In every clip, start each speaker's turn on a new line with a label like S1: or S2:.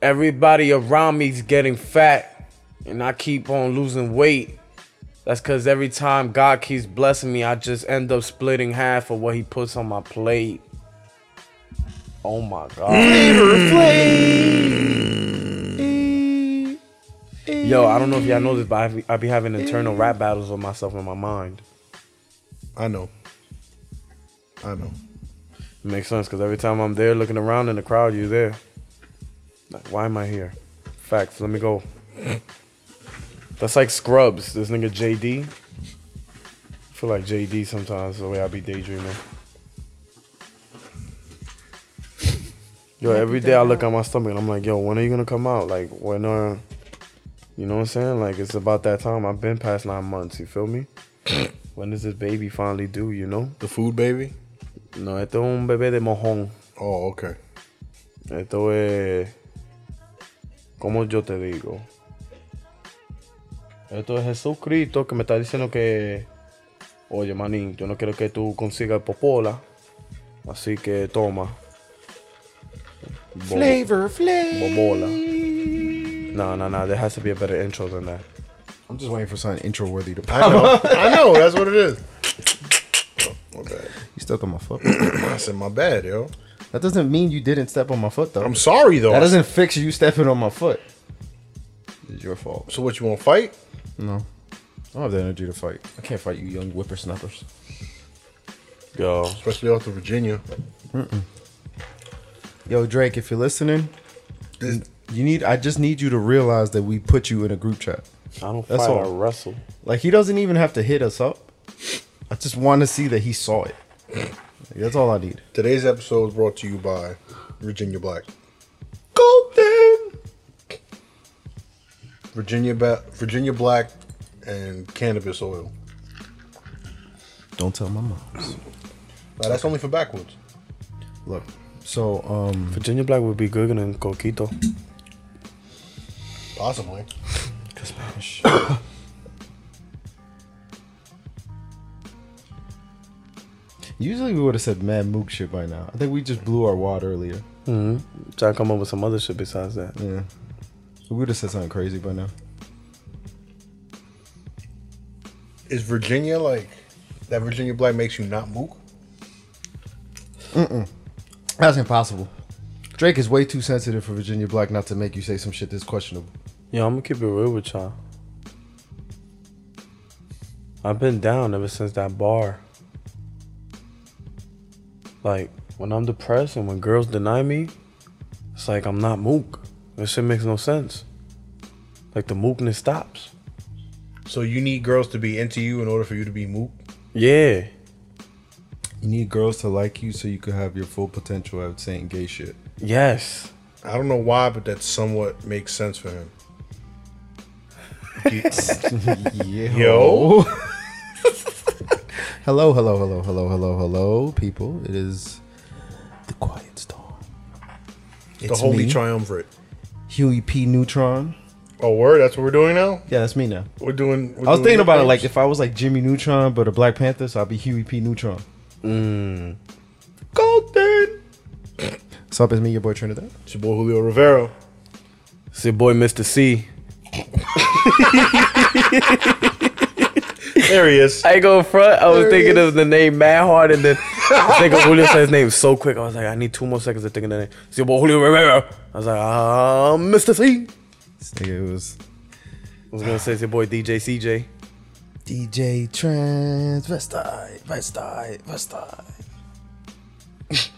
S1: everybody around me's getting fat and I keep on losing weight. That's because every time God keeps blessing me, I just end up splitting half of what He puts on my plate. Oh my God. Yo, I don't know if y'all know this, but I be, I be having internal rap battles with myself in my mind.
S2: I know. I know.
S1: It makes sense because every time I'm there looking around in the crowd, you're there. Like, why am I here? Facts. Let me go. That's like Scrubs. This nigga JD. I feel like JD sometimes the way I be daydreaming. Yo, every day I look at my stomach and I'm like, yo, when are you gonna come out? Like, when are, you know what I'm saying? Like, it's about that time. I've been past nine months. You feel me? when does this baby finally do? You know?
S2: The food baby?
S1: No, esto es un bebé de mojón.
S2: Oh, okay.
S1: Esto es. ¿Cómo yo te digo? Esto es Jesucristo que me está diciendo que. Oye, manín, yo no quiero que tú consigas popola. Así que toma. Bo- Bobola. No, no, no. There has to be a better intro than that.
S2: I'm just waiting for something intro worthy to pop. I know. I know. That's what it is. Oh, my bad.
S3: You stepped on my foot.
S2: I said my bad, yo.
S3: that doesn't mean you didn't step on my foot, though.
S2: I'm sorry though.
S3: That doesn't fix you stepping on my foot. It's your fault.
S2: So what you want to fight?
S3: No. I don't have the energy to fight. I can't fight you young whippersnappers.
S1: Yo.
S2: Especially out to Virginia.
S3: Yo, Drake, if you're listening,
S2: This-
S3: you need I just need you to realize that we put you in a group chat.
S1: I don't
S3: That's
S1: fight, I
S3: all.
S1: wrestle.
S3: Like he doesn't even have to hit us up. I just want to see that he saw it. Like, that's all I need.
S2: Today's episode is brought to you by Virginia Black.
S3: Golden.
S2: Virginia ba- Virginia Black and cannabis oil.
S3: Don't tell my moms.
S2: Now, that's only for backwoods.
S3: Look. So, um,
S1: Virginia Black would be good in Coquito.
S2: Possibly.
S3: Spanish. Usually we would have said mad mook shit by now. I think we just blew our wad earlier.
S1: Try to come up with some other shit besides that.
S3: Yeah. We would have said something crazy by now.
S2: Is Virginia like that Virginia Black makes you not mook?
S3: That's impossible. Drake is way too sensitive for Virginia Black not to make you say some shit that's questionable.
S1: Yo, I'm gonna keep it real with y'all. I've been down ever since that bar. Like, when I'm depressed and when girls deny me, it's like I'm not mook. That shit makes no sense. Like, the mookness stops.
S2: So you need girls to be into you in order for you to be mook?
S1: Yeah.
S3: You need girls to like you so you could have your full potential at saying gay shit.
S1: Yes.
S2: I don't know why, but that somewhat makes sense for him.
S3: Yo.
S2: Yo.
S3: hello, hello, hello, hello, hello, hello, people. It is the Quiet Storm.
S2: the
S3: It's
S2: Holy
S3: me,
S2: Triumvirate.
S3: Huey P. Neutron.
S2: Oh, word? That's what we're doing now?
S3: Yeah, that's me now.
S2: We're doing. we're
S3: I was
S2: doing
S3: thinking about it
S2: nicknames?
S3: like if I was like Jimmy Neutron but a Black Panther, so I'd be Huey P. Neutron. Mmm. Golden. What's up? It's me, your boy Trinidad.
S2: It's your boy Julio Rivero.
S1: It's your boy, Mr. C.
S2: There he is.
S1: I go front. I was thinking of the name Mad Hard, and then I think of Julio said his name so quick. I was like, I need two more seconds to think of the name. It's your boy, Julio Rivera. I was like, ah, Mr. C.
S3: This nigga was
S1: I was gonna say it's your boy DJ CJ.
S3: DJ Transvestite, Vestite, Vestite.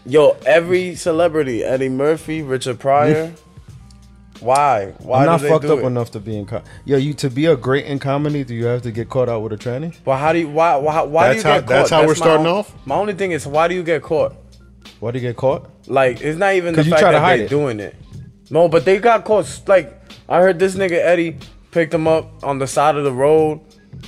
S1: Yo, every celebrity, Eddie Murphy, Richard Pryor. why? Why
S3: I'm
S1: do
S3: not
S1: they
S3: fucked
S1: do
S3: up
S1: it?
S3: enough to be in. Com- Yo, you to be a great in comedy, do you have to get caught out with a tranny?
S1: But how do you? Why? Why? Why
S2: That's
S1: do you
S2: how-
S1: get caught?
S2: that's how we're
S1: my
S2: starting
S1: own-
S2: off?
S1: My only thing is, why do you get caught?
S3: Why do you get caught?
S1: Like, it's not even the
S3: 'Cause you
S1: fact
S3: try to
S1: that
S3: hide
S1: they're
S3: it.
S1: doing it. No, but they got caught. s- Like, I heard this nigga Eddie picked him up on the side of the road.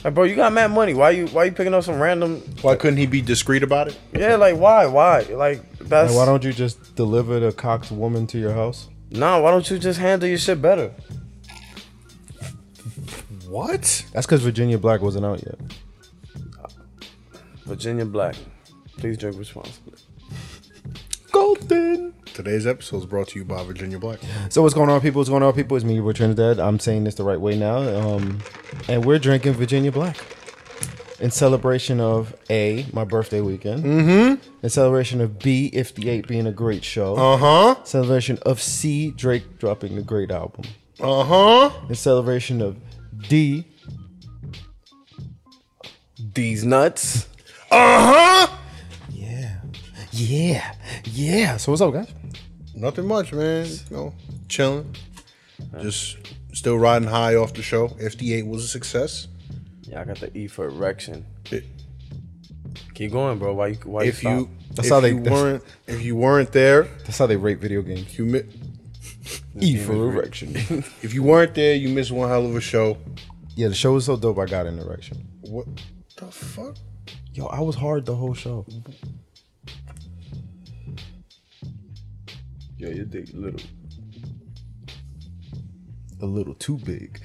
S1: Like, bro, you got mad money. Why you? Why you picking up some random?
S2: Why couldn't he be discreet about it?
S1: Yeah, like why? Why? Like that's
S3: Like, why don't you just deliver the cocked woman to your house?
S1: nah. Why don't you just handle your shit better?
S2: What?
S3: That's because Virginia Black wasn't out yet.
S1: Virginia Black, please drink responsibly.
S3: Golden.
S2: Today's episode is brought to you by Virginia Black.
S3: So what's going on, people? What's going on, people? It's me, with Trinidad. I'm saying this the right way now, um, and we're drinking Virginia Black in celebration of a my birthday weekend. Mm-hmm. Uh-huh. In celebration of B, if the eight being a great show.
S2: Uh huh.
S3: celebration of C, Drake dropping the great album.
S2: Uh huh.
S3: In celebration of D,
S1: These nuts.
S2: Uh huh.
S3: yeah, yeah, yeah. So what's up, guys?
S2: Nothing much, man. You know, chilling. Just still riding high off the show. FD8 was a success.
S1: Yeah, I got the E for erection. Keep going, bro. Why you? Why
S2: If you,
S3: That's
S2: if
S3: how they-
S2: you weren't, if you weren't there,
S3: That's how they rate video games.
S2: you mi-
S3: E for erection.
S2: if you weren't there, you missed one hell of a show.
S3: yeah, the show was so dope. I got an erection.
S2: What the fuck?
S3: Yo, I was hard the whole show.
S1: Yo, your dick little.
S3: A little too big.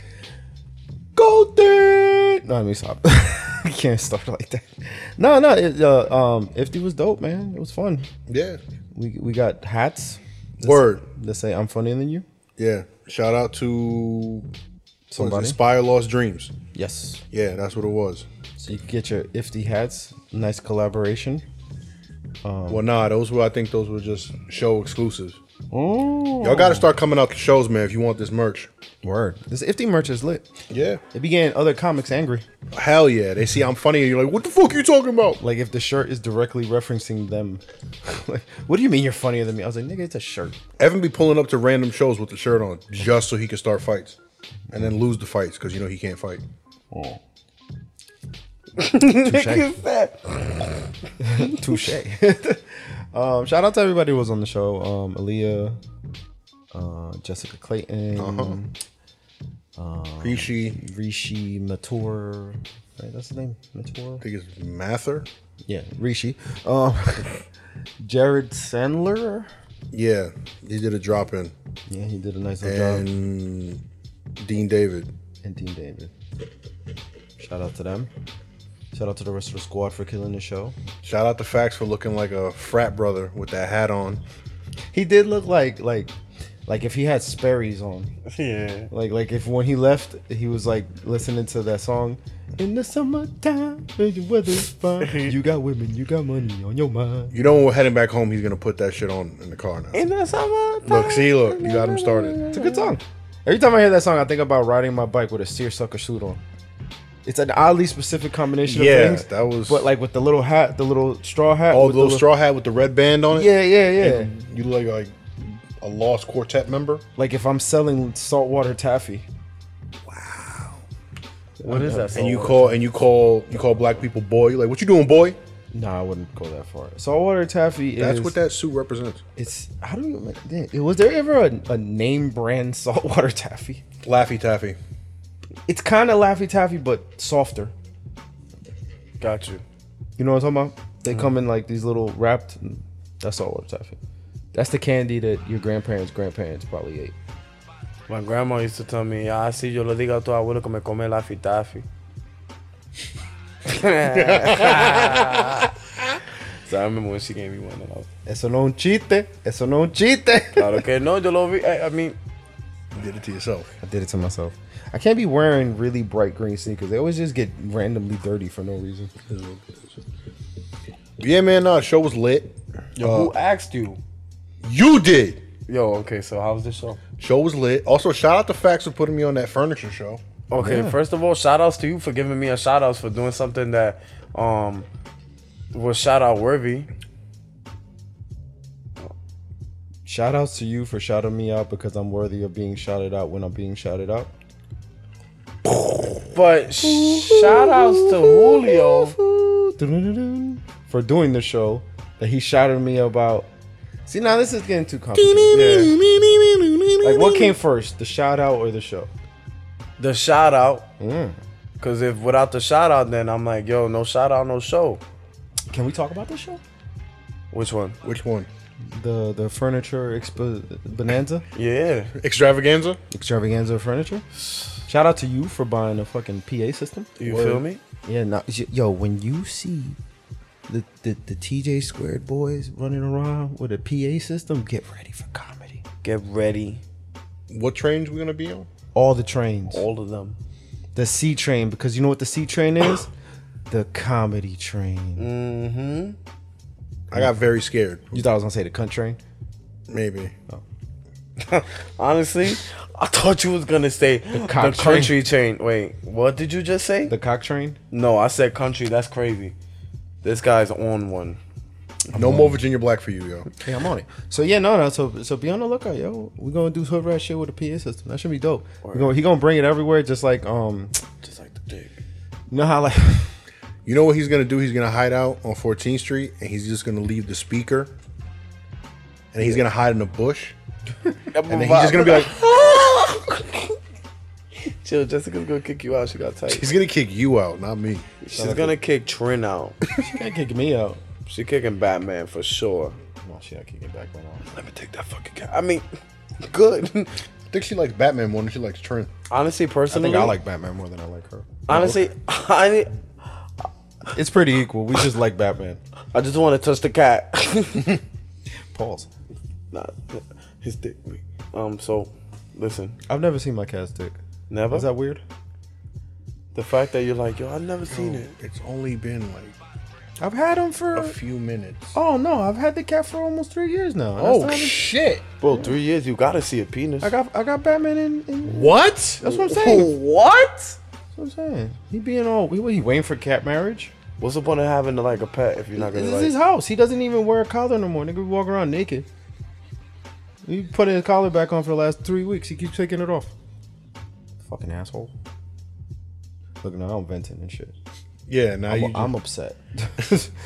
S3: Golden. No, let me stop. You can't start like that. No, no. It, uh, um, Ifty was dope, man. It was fun.
S2: Yeah.
S3: We we got hats. that
S2: Word.
S3: say- That say I'm funnier than you.
S2: Yeah. Shout out to
S3: Somebody?
S2: somebody. Inspire Lost Dreams.
S3: Yes.
S2: Yeah, that's what it was.
S3: So you can get your Ifty hats. Nice collaboration.
S2: Well, nah, those were I think those were just show exclusives.
S3: Oh.
S2: Y'all got to start coming out to shows, man, if you want this merch.
S3: Word. This Ifty merch is lit.
S2: Yeah.
S3: It began other comics angry.
S2: Hell yeah. They see I'm funny and you're like, what the fuck you talking about?
S3: Like if the shirt is directly referencing them. like, what do you mean you're funnier than me? I was like, nigga, it's a shirt.
S2: Evan be pulling up to random shows with the shirt on just so he can start fights and then lose the fights because you know he can't fight.
S1: Nigga fat.
S3: Touche. um, shout out to everybody who was on the show. Um, Aaliyah, uh, Jessica Clayton,
S2: Creasy,
S3: Rishi Matur. Right, that's the name. Matur.
S2: I think it's Mather.
S3: Yeah, Rishi. Um, Jared Sandler.
S2: Yeah, he did a drop in.
S3: Yeah, he did a nice little job.
S2: And Dean David.
S3: And Dean David. Shout out to them. Shout out to the rest of the squad for killing the show.
S2: Shout out to Fax for looking like a frat brother with that hat on.
S3: He did look like like like if he had Sperry's on.
S1: Yeah.
S3: Like like if when he left, he was like listening to that song. In the summertime, when the weather's fine. You got women, you got money on your mind.
S2: You know when we're heading back home, he's gonna put that shit on in the car now.
S1: In the summer.
S2: Look, see, look, you got him started.
S3: It's a good song. Every time I hear that song, I think about riding my bike with a seersucker suit on. It's an oddly specific combination of
S2: Yeah,
S3: things.
S2: that was-
S3: But like with the little hat, the little straw hat.
S2: Oh,
S3: with
S2: the
S3: the
S2: little straw hat with the red band on it.
S3: Yeah, yeah, yeah.
S2: You look like like a lost quartet member.
S3: Like if I'm selling saltwater taffy.
S1: What is that?
S2: And you call and you call you call black people boy. You're like, what you doing, boy?
S3: Nah, I wouldn't go that far. Saltwater taffy is.
S2: That's what that suit represents.
S3: It's how do you make damn, was there ever a, a name brand saltwater taffy?
S2: Laffy Taffy.
S3: It's kind of Laffy Taffy but softer.
S1: Got you.
S3: You know what I'm talking about? They come in like these little wrapped. That's saltwater taffy. That's the candy that your grandparents' grandparents probably ate.
S1: My grandma used to tell me, ah, si yo le digo a tu abuelo que me come la fitafi. so I remember when she gave me one and I was
S3: Eso no un chiste. Eso no un chiste.
S1: claro que no, yo lo vi. eh, I, I mean,
S2: You did it to yourself.
S3: I did it to myself. I can't be wearing really bright green sneakers. They always just get randomly dirty for no reason.
S2: Yeah, man. Nah, show was lit.
S1: yo, who
S2: Uh,
S1: asked you?
S2: you did.
S1: Yo, okay, so how was the show?
S2: Show was lit. Also, shout out to Fax for putting me on that furniture show.
S1: Okay, first of all, shout outs to you for giving me a shout outs for doing something that um was shout out worthy.
S3: Shout outs to you for shouting me out because I'm worthy of being shouted out when I'm being shouted out.
S1: But shout outs to Julio.
S3: for doing the show that he shouted me about. See, now this is getting too complicated.
S1: Yeah,
S3: Like, what came first, the shout out or the show?
S1: the shout out. Cause if without the shout out, then I'm like, yo, no shout out, no show.
S3: Can we talk about the show?
S1: Which one?
S2: Which one?
S3: The the furniture expo- bonanza
S1: Yeah.
S2: Extravaganza.
S3: extravaganza of furniture. Shout out to you for buying a fucking PA system.
S1: You
S2: Word.
S1: feel me?
S3: Yeah, no, yo, when you see the, the, the TJ Squared boys running around with a PA system, get ready for comedy.
S1: Get ready.
S2: What trains we gonna be on?
S3: All the trains.
S1: All of them.
S3: The C train, because you know what the C train is? the comedy train.
S2: I got very scared.
S3: Mm, You thought I was going to say the cunt train?
S2: Maybe.
S1: Honestly, I thought you was gonna say the,
S3: cock train.
S1: country chain. Wait, what did you just say?
S3: The cock train?
S1: no, I said country. That's crazy. This guy's on one.
S2: No more Virginia Black for you, yo.
S3: Yeah, I'm on it. So yeah, no, no. So so be on the lookout, yo. We're gonna do hood rat shit with a PA system. That should be dope. We gonna- he gonna bring it everywhere, just like um,
S1: Just like the dick.
S3: you know how like
S2: You know what he's gonna do? He's gonna hide out on 14th Street, and he's just gonna leave the speaker, and he's gonna hide in a bush, and then he's just gonna be like,
S1: chill. Jessica's gonna kick you out. She got tight.
S2: he's gonna kick you out, not me.
S1: She's gonna kick Trin out.
S3: she can't kick me out.
S1: She kicking Batman for sure.
S3: No, she not kicking back no more.
S1: Let me take that fucking cat. I mean, good.
S2: I think she likes Batman more than she likes Trent.
S1: Honestly,
S3: I
S1: personally,
S3: think I like Batman more than I like her.
S1: Honestly, I
S3: It's pretty equal. We just like Batman.
S1: I just want to touch the cat.
S3: Pause.
S1: nah, his dick. Um. So, listen.
S3: I've never seen my cat's dick.
S1: Never.
S3: Is that weird?
S1: the fact that you're like, yo, I've never seen it.
S2: It's only been like
S3: I've had him for.
S2: a few minutes.
S3: oh no, I've had the cat for almost three years now. That's
S2: Oh
S3: not even-
S2: shit!
S1: Bro, three years, you gotta see a penis.
S3: I got I got Batman in. in
S2: What?
S3: that's what I'm saying.
S1: What?
S3: That's what I'm saying. He being all. He, he waiting for cat marriage.
S1: What's the point of having like a pet if you're not
S3: This
S1: gonna
S3: is
S1: like?
S3: his house. He doesn't even wear a collar no more. Nigga walk around naked. He put his collar back on for the last three weeks. He keeps taking it off. Fucking asshole. Look, now I'm venting and shit.
S2: Yeah, now
S3: I'm,
S2: you.
S3: I'm upset.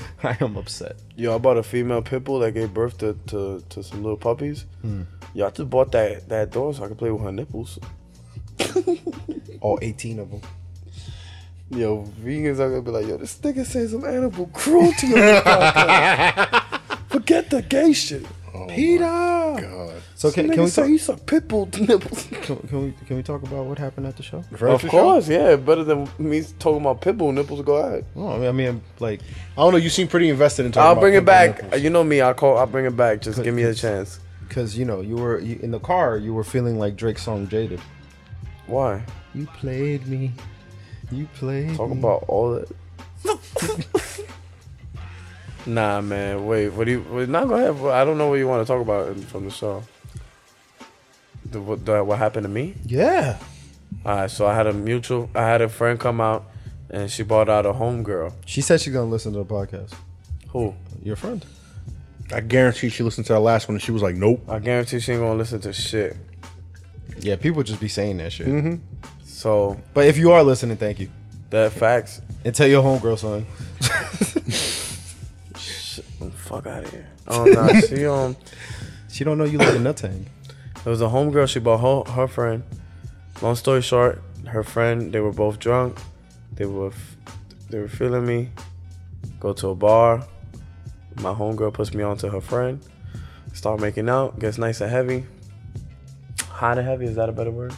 S3: I am upset.
S1: Yo, I bought a female pit bull that gave birth to to, to some little puppies. Yo, I just bought that that door so I could play with her nipples.
S3: All 18 of them.
S1: Yo, vegans are gonna be like, yo, this nigga saying some animal cruelty. on the podcast. Forget the gay shit. Peter.
S2: God.
S3: So
S1: Some
S3: can,
S1: nigga
S3: can we
S1: say
S3: talk,
S1: he suck pit bull nipples?
S3: can, can we can we talk about what happened at the show?
S1: of course, yeah. Better than me talking about pit bull nipples. Go ahead.
S3: No, I mean, I mean like
S2: I don't know. You seem pretty invested in talking.
S1: I'll
S2: about
S1: bring it
S2: Pimp
S1: back.
S2: Nipples.
S1: You know me. I'll call. I'll bring it back. Just give me a chance.
S3: because you know you were you, in the car you were feeling like Drake's song Jaded.
S1: Why?
S3: You played me. You played.
S1: Talk
S3: me.
S1: about all that. nah, man. Wait. What do you? Wait, not go ahead. I don't know what you want to talk about in- from the show. The, what, the, what happened to me?
S3: yeah.
S1: All right. So I had a mutual. I had a friend come out, and she bought out a homegirl.
S3: She said she's gonna listen to the podcast.
S1: Who?
S3: Your friend.
S2: I guarantee she listened to our last one, and she was like, "Nope."
S1: I guarantee she ain't gonna listen to shit.
S3: Yeah, people just be saying that shit.
S1: So
S3: Mm-hmm. But if you are listening, thank you.
S1: that facts.
S3: And tell your homegirl son.
S1: Shit, fuck out of here. Oh nah. she um.
S3: She don't know you like a nut hang.
S1: It was a homegirl. She bought her, her friend. Long story short, her friend. They were both drunk. They were f- they were feeling me. Go to a bar. My homegirl puts me on to her friend. Start making out. Gets nice and heavy. Hot and heavy. Is that a better word?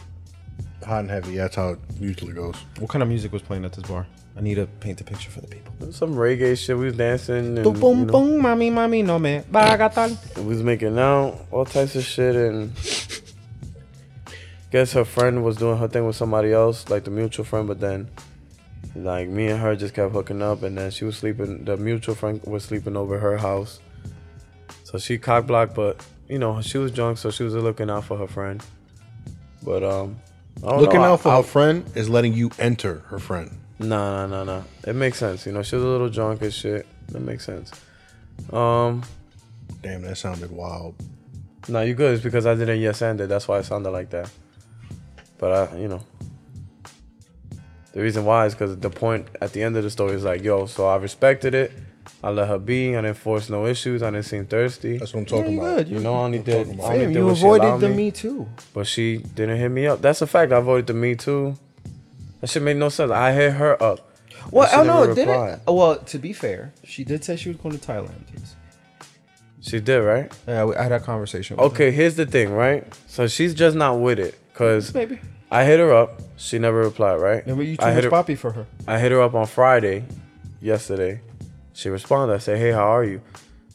S2: Hot and heavy. That's how it usually goes.
S3: What kind of music was playing at this bar? I need to paint the picture for the people.
S1: Some reggae shit. We was dancing. And,
S3: Boom,
S1: you
S3: boom,
S1: know,
S3: boom, mommy, mommy, no man. Bagatali.
S1: We was making out. All types of shit and. Guess her friend was doing her thing with somebody else, like the mutual friend, but then like me and her just kept hooking up and then she was sleeping the mutual friend was sleeping over her house so she cock blocked but you know she was drunk so she was looking out for her friend but um I don't
S2: Looking
S1: know,
S2: out for
S1: I,
S2: her friend is letting you enter her friend.
S1: no no no no it makes sense you know she was a little drunk and shit that makes sense um
S2: Damn, that sounded wild.
S1: no you good it's because I didn't yes end it that's why it sounded like that but I you know the reason why is because the point at the end of the story is like yo so I respected it I let her be I didn't force no issues I didn't seem thirsty
S2: That's what I'm talking
S3: you
S2: about.
S3: good.
S1: You know, I only did. I only
S3: Damn,
S1: did
S3: you
S1: what she
S3: avoided
S1: allowed
S3: the
S1: me,
S3: me too.
S1: But she didn't hit me up. That's a fact. I avoided the me too. That shit made no sense. I hit her up.
S3: Well,
S1: she
S3: I know,
S1: never
S3: did Oh, it?
S1: replied.
S3: Well, to be fair, she did say she was going to Thailand.
S1: She did, right?
S3: Yeah, we- I had a conversation. With
S1: Okay, here's the thing, right? So she's just not with it. Cause
S3: her. maybe.
S1: I hit her up. She never replied, right?
S3: Remember you too
S1: I hit
S3: much
S1: her,
S3: poppy for her.
S1: I hit her up on Friday, yesterday. She responded. I said, "Hey, how are you?"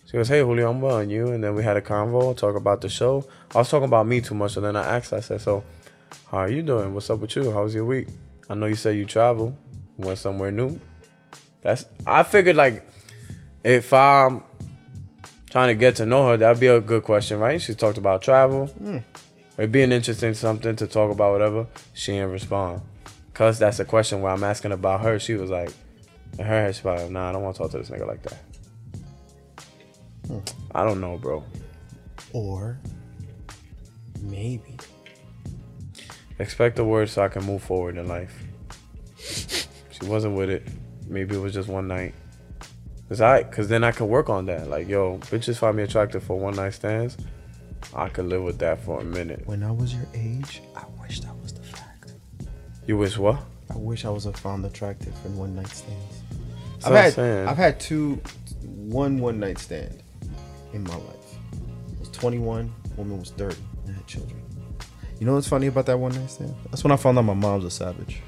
S1: She goes, "Hey, Julio, I'm well, and you?" And then we had a convo, talk about the show. I was talking about me too much, so then I asked. I said, "So, how are you doing? What's up with you? How was your week? I know you said you travel, went somewhere new. That's I figured like if I'm trying to get to know her, that'd be a good question, right? She talked about travel. It'd be an interesting something to talk about, whatever. She didn't respond. Cause that's a question where I'm asking about her. She was like, in her head, she's probably like, nah, I don't want to talk to this nigga like that. I don't know, bro.
S3: Or maybe.
S1: Expect the word so I can move forward in life. She wasn't with it. Maybe it was just one night. It's alright, cause then I can work on that. Like, yo, bitches find me attractive for one night stands. I could live with that for a minute.
S3: When I was your age, I wish that was the fact.
S1: You wish what?
S3: I wish I was a found attractive in one night stands.
S1: what I'm
S3: I've had
S1: saying.
S3: I've had two one one night stand in my life. I was 21, woman was 30, and I had children. You know what's funny about that one night stand? That's when I found out my mom's a savage.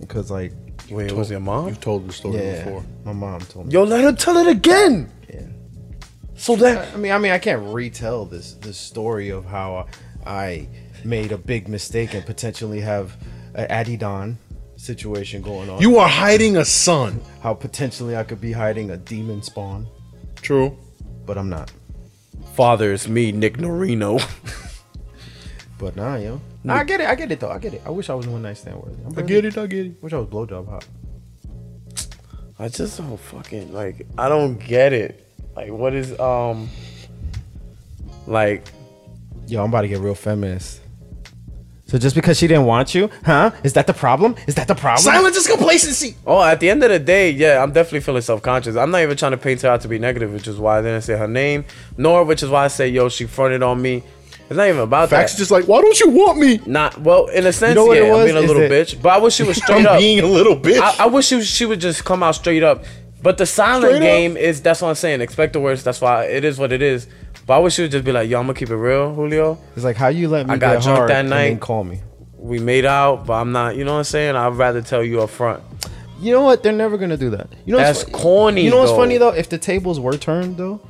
S3: Because like
S1: Wait, it was your mom?
S2: You've told the story
S3: yeah,
S2: before.
S3: my mom told me.
S1: Yo, let her tell it again.
S3: Yeah.
S1: So that
S3: I I mean, I mean, I can't retell this this story of how I made a big mistake and potentially have an Adidon situation going on.
S2: You are hiding a son.
S3: how potentially I could be hiding a demon spawn,
S2: True.
S3: but I'm not.
S1: father is me, Nick Norino.
S3: But nah, yo. Nah, I get it. I get it though. I get it. I wish I was one night stand worthy. I'm
S2: I get it. I get it.
S3: Wish I was blowjob hot.
S1: I just don't fucking like. I don't get it. Like, what is um, like
S3: Yo, I'm about to get real feminist. So just because she didn't want you, huh? Is that the problem? Is that the problem?
S2: Silence is complacency.
S1: Oh, at the end of the day, yeah, I'm definitely feeling self conscious. I'm not even trying to paint her out to be negative, which is why I didn't say her name, nor which is why I say, yo, she fronted on me. It's not even about
S2: Facts
S1: that.
S2: just like, why don't you want me?
S1: Not well, in a sense,
S3: know what
S1: yeah,
S3: it
S1: I'm
S3: was?
S1: being a
S3: Is
S1: little
S3: that-
S1: bitch, but I wish she was straight
S2: I'm
S1: up.
S2: being a little bitch.
S1: I, I wish she, she would just come out straight up. But the silent
S2: Straight up.
S1: game is that's what I'm saying. Expect the worst. That's why it is what it is. But I wish she would just be like, yo, I'm gonna keep it real, Julio.
S3: It's like how you let me
S1: I got
S3: get
S1: drunk
S3: hard
S1: that
S3: and
S1: night.
S3: then call me.
S1: We made out, but I'm not. You know what I'm saying? I'd rather tell you up front.
S3: You know what? They're never gonna do that. You know what's
S1: That's corny,
S3: You know what's
S1: though.
S3: funny though? If the tables were turned though,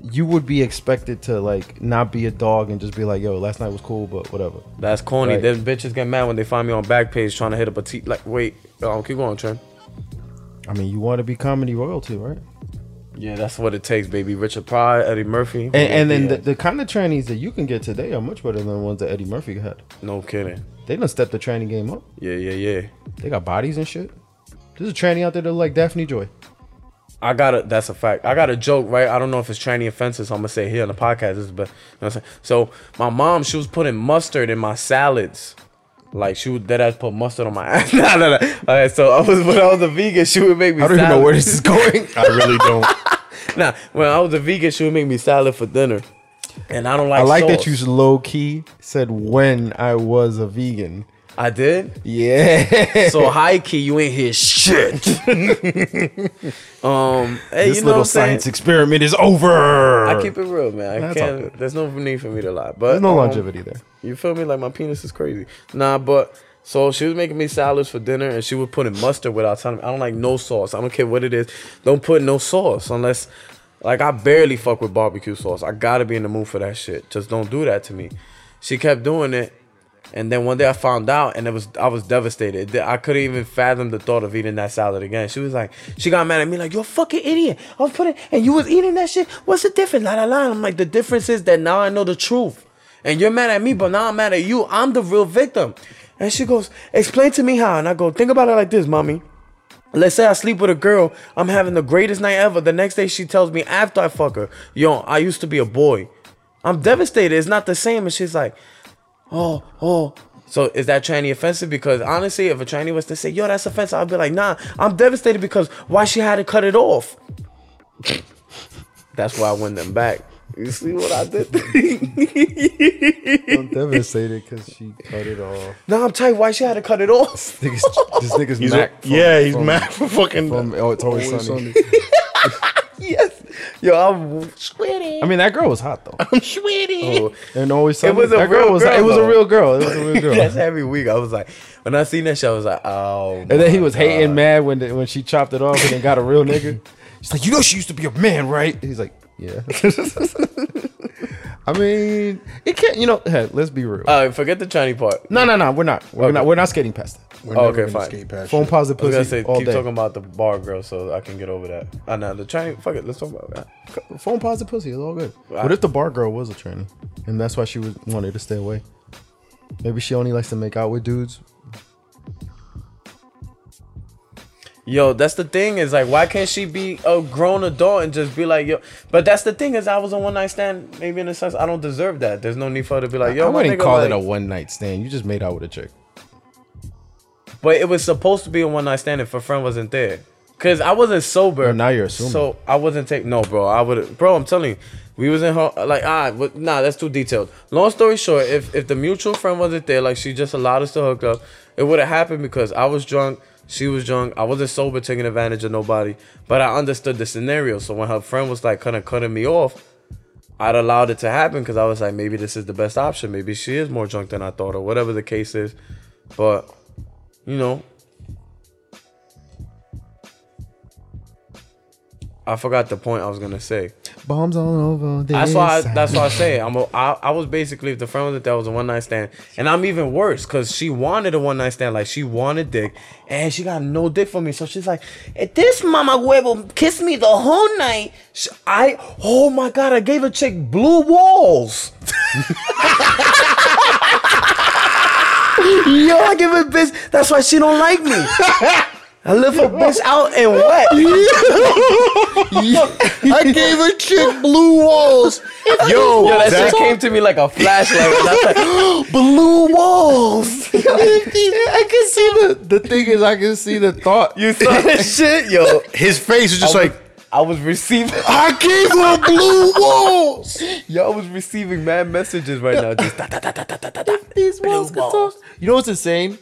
S3: you would be expected to like not be a dog and just be like, "Yo, last night was cool, but whatever."
S1: That's corny.
S3: Right.
S1: Then bitches get mad when they find me on Backpage trying to hit up a T. Like, wait, um, keep going, Trent.
S3: I mean, you want to be comedy royalty, right?
S1: Yeah, that's what it takes, baby. Richard Pryor, Eddie Murphy.
S3: And, and then
S1: Yeah.
S3: the, the kind of trannies that you can get today are much better than the ones that Eddie Murphy had.
S1: no kidding.
S3: They done stepped the tranny game up.
S1: Yeah, yeah, yeah.
S3: They got bodies and shit. There's a tranny out there that look like Daphne Joy.
S1: I got to That's a fact. I got a joke, right? I don't know if it's tranny offensive, so I'm gonna say it here on the podcast. This is, but you know what I'm saying. So my mom, she was putting mustard in my salads. Like she would dead ass put mustard on my ass. nah, nah, nah. All right, so I was when I was a vegan, she would make me.
S3: I don't even know
S1: salad.
S3: where this is going.
S2: I really don't.
S1: Nah, when I was a vegan, she would make me salad for dinner, and I don't like.
S3: I like
S1: sauce.
S3: that you low key said when I was a vegan.
S1: I did.
S3: Yeah.
S1: So high key, you ain't hear shit. um, hey,
S3: this
S1: you know
S3: little
S1: what I'm saying?
S3: science experiment is over.
S1: I keep it real, man. I
S3: That's all
S1: can't.
S3: good.
S1: There's no need for me to lie, but
S3: There's no
S1: um,
S3: longevity there.
S1: You feel me? Like my penis is crazy. Nah, but so she was making me salads for dinner, and she was putting mustard without telling me. I don't like no sauce. I don't care what it is. Don't put no sauce unless, like, I barely fuck with barbecue sauce. I gotta be in the mood for that shit. Just don't do that to me. She kept doing it, and then one day I found out, and it was I was devastated. Th- I couldn't even fathom the thought of eating that salad again. She was like, she got mad at me, like, you're a fucking idiot. I was putting, and you was eating that shit. What's the difference? La la la. And I'm like, the difference is that now I know the truth. And you're mad at me, but now I'm mad at you. I'm the real victim. And she goes, explain to me how. And I go, think about it like this, mommy. Let's say I sleep with a girl, I'm having the greatest night ever. The next day she tells me after I fuck her, yo, I used to be a boy. I'm devastated. It's not the same. And she's like, oh, oh. So is that tranny offensive? Because honestly, if a tranny was to say, yo, that's offensive, I'd be like, nah, I'm devastated because why she had to cut it off? that's why I win them back. You see what I did?
S3: I'm devastated because she cut it off.
S1: nah, I'm tight. Why she had to cut it off?
S3: This nigga's
S2: He's
S3: Mac.
S2: a-
S3: from-
S2: yeah, he's
S3: from-
S2: mad for fucking.
S3: From oh, it's always,
S2: Always
S3: sunny.
S1: yes. Yo, I'm sweating.
S3: I mean, Oh, that girl was hot though.
S2: I'm sweating.
S3: And always sunny.
S1: was a
S3: that
S1: real
S3: was,
S1: girl,
S3: It was a
S1: though.
S3: real girl. It was a real girl.
S1: That's every week. I was like, when I seen that shit, I was like, oh.
S3: And then he
S1: my
S3: was
S1: God.
S3: hating mad when the, when she chopped it off and then got a real nigga. She's like, you know, she used to be a man, right? And he's like, yeah. I mean, it can't. You know, hey, let's be real.
S1: All right, forget the Chinese part.
S3: Uh, no, no, no. We're not. We're
S1: Okay.
S3: not. We're not skating past that.
S2: We're
S1: Okay,
S2: never gonna
S1: fine.
S2: skate past
S3: Phone
S2: shit.
S3: pause the
S1: I was
S3: pussy
S1: gonna say,
S3: all
S1: keep
S3: day.
S1: talking about the bar girl so I can get over that. I know the Chinese. Fuck it, let's talk about that.
S3: Phone pause the pussy. It's all good.
S1: Wow.
S3: What if the bar girl was a tranny, and that's why she was wanted to stay away? Maybe she only likes to make out with dudes.
S1: Yo, that's the thing is like, why can't she be a grown adult and just be like, yo? But that's the thing is, I was a one night stand. Maybe in a sense, I don't deserve that. There's no need for her to be like, yo.
S3: I
S1: my
S3: wouldn't
S1: nigga,
S3: call it
S1: like-
S3: a one night stand. You just made out with a chick.
S1: But it was supposed to be a one night stand if her friend wasn't there. Cause I wasn't sober.
S3: Well, now you're assuming.
S1: So I wasn't taking. No, bro. I would. Bro, I'm telling you, we was in her. Like, ah, but nah, that's too detailed. Long story short, if if the mutual friend wasn't there, like she just allowed us to hook up, it would have happened because I was drunk. She was drunk. I wasn't sober, taking advantage of nobody. But I understood the scenario. So when her friend was like kind of cutting me off, I'd allowed it to happen because I was like, maybe this is the best option. Maybe she is more drunk than I thought, or whatever the case is. But you know, I forgot the point I was gonna say.
S3: Bombs all over.
S1: That's why. I, that's why I say I'm. A, I, I was basically if the friend was that was a one night stand, and I'm even worse because she wanted a one night stand, like she wanted dick, and she got no dick for me. So she's like, if this mama huevo kiss me the whole night, sh- I oh my god, I gave a chick blue walls. Yo, I give a bitch. That's why she don't like me. I live a bitch out and wet.
S2: I gave a chick blue walls. Yo,
S1: Yo, that,
S2: that-
S1: shit came to me like a flashlight. And I was like,
S3: blue walls. I can see the the thing is I can see the thought.
S1: you saw that shit, yo.
S2: his face is just
S1: I
S2: like,
S1: was- I was receiving,
S2: I gave her blue walls.
S1: y'all was receiving mad messages right now. Just da, da, da, da, da, da, da, da.
S3: These walls
S1: could talk.
S3: You know what's insane?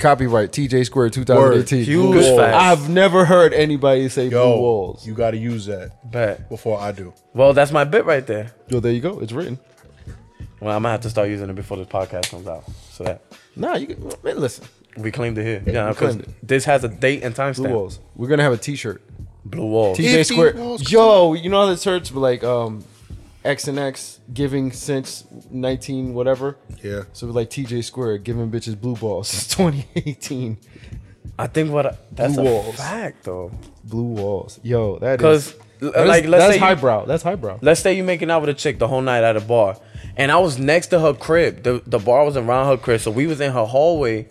S3: Copyright TJ Square 2018.
S2: Word.
S1: Huge
S3: Because
S1: facts.
S3: I've never heard anybody say blue
S2: Yo,
S3: walls.
S2: you got to use that
S1: Bet.
S2: before I do.
S1: Well, that's my bit right there.
S3: Yo, there you go. It's written.
S1: Well, I'm gonna have to start using it before this podcast comes out, so that
S3: Nah, you can, man, listen.
S1: we claimed it here. Yeah,
S3: we
S1: because
S3: claimed it.
S1: this has a date and time
S3: Blue
S1: stamp.
S3: walls. We're gonna have a T-shirt.
S1: Blue wall.
S3: TJ
S2: If he
S3: Square.
S2: walls-
S3: Yo, you know how the search for like um, X and X giving since 19 whatever.
S2: Yeah.
S3: So like TJ Square giving bitches blue balls since 2018.
S1: I think what I, that's a
S3: Blue walls.
S1: fact though.
S3: Blue walls. Yo, that is.
S1: 'Cause, l-
S3: that is-
S1: like, let's
S3: that's
S1: say you-
S3: highbrow. that's highbrow.
S1: Let's say you're making out with a chick the whole night at a bar, and I was next to her crib. The the bar was around her crib, so we was in her hallway,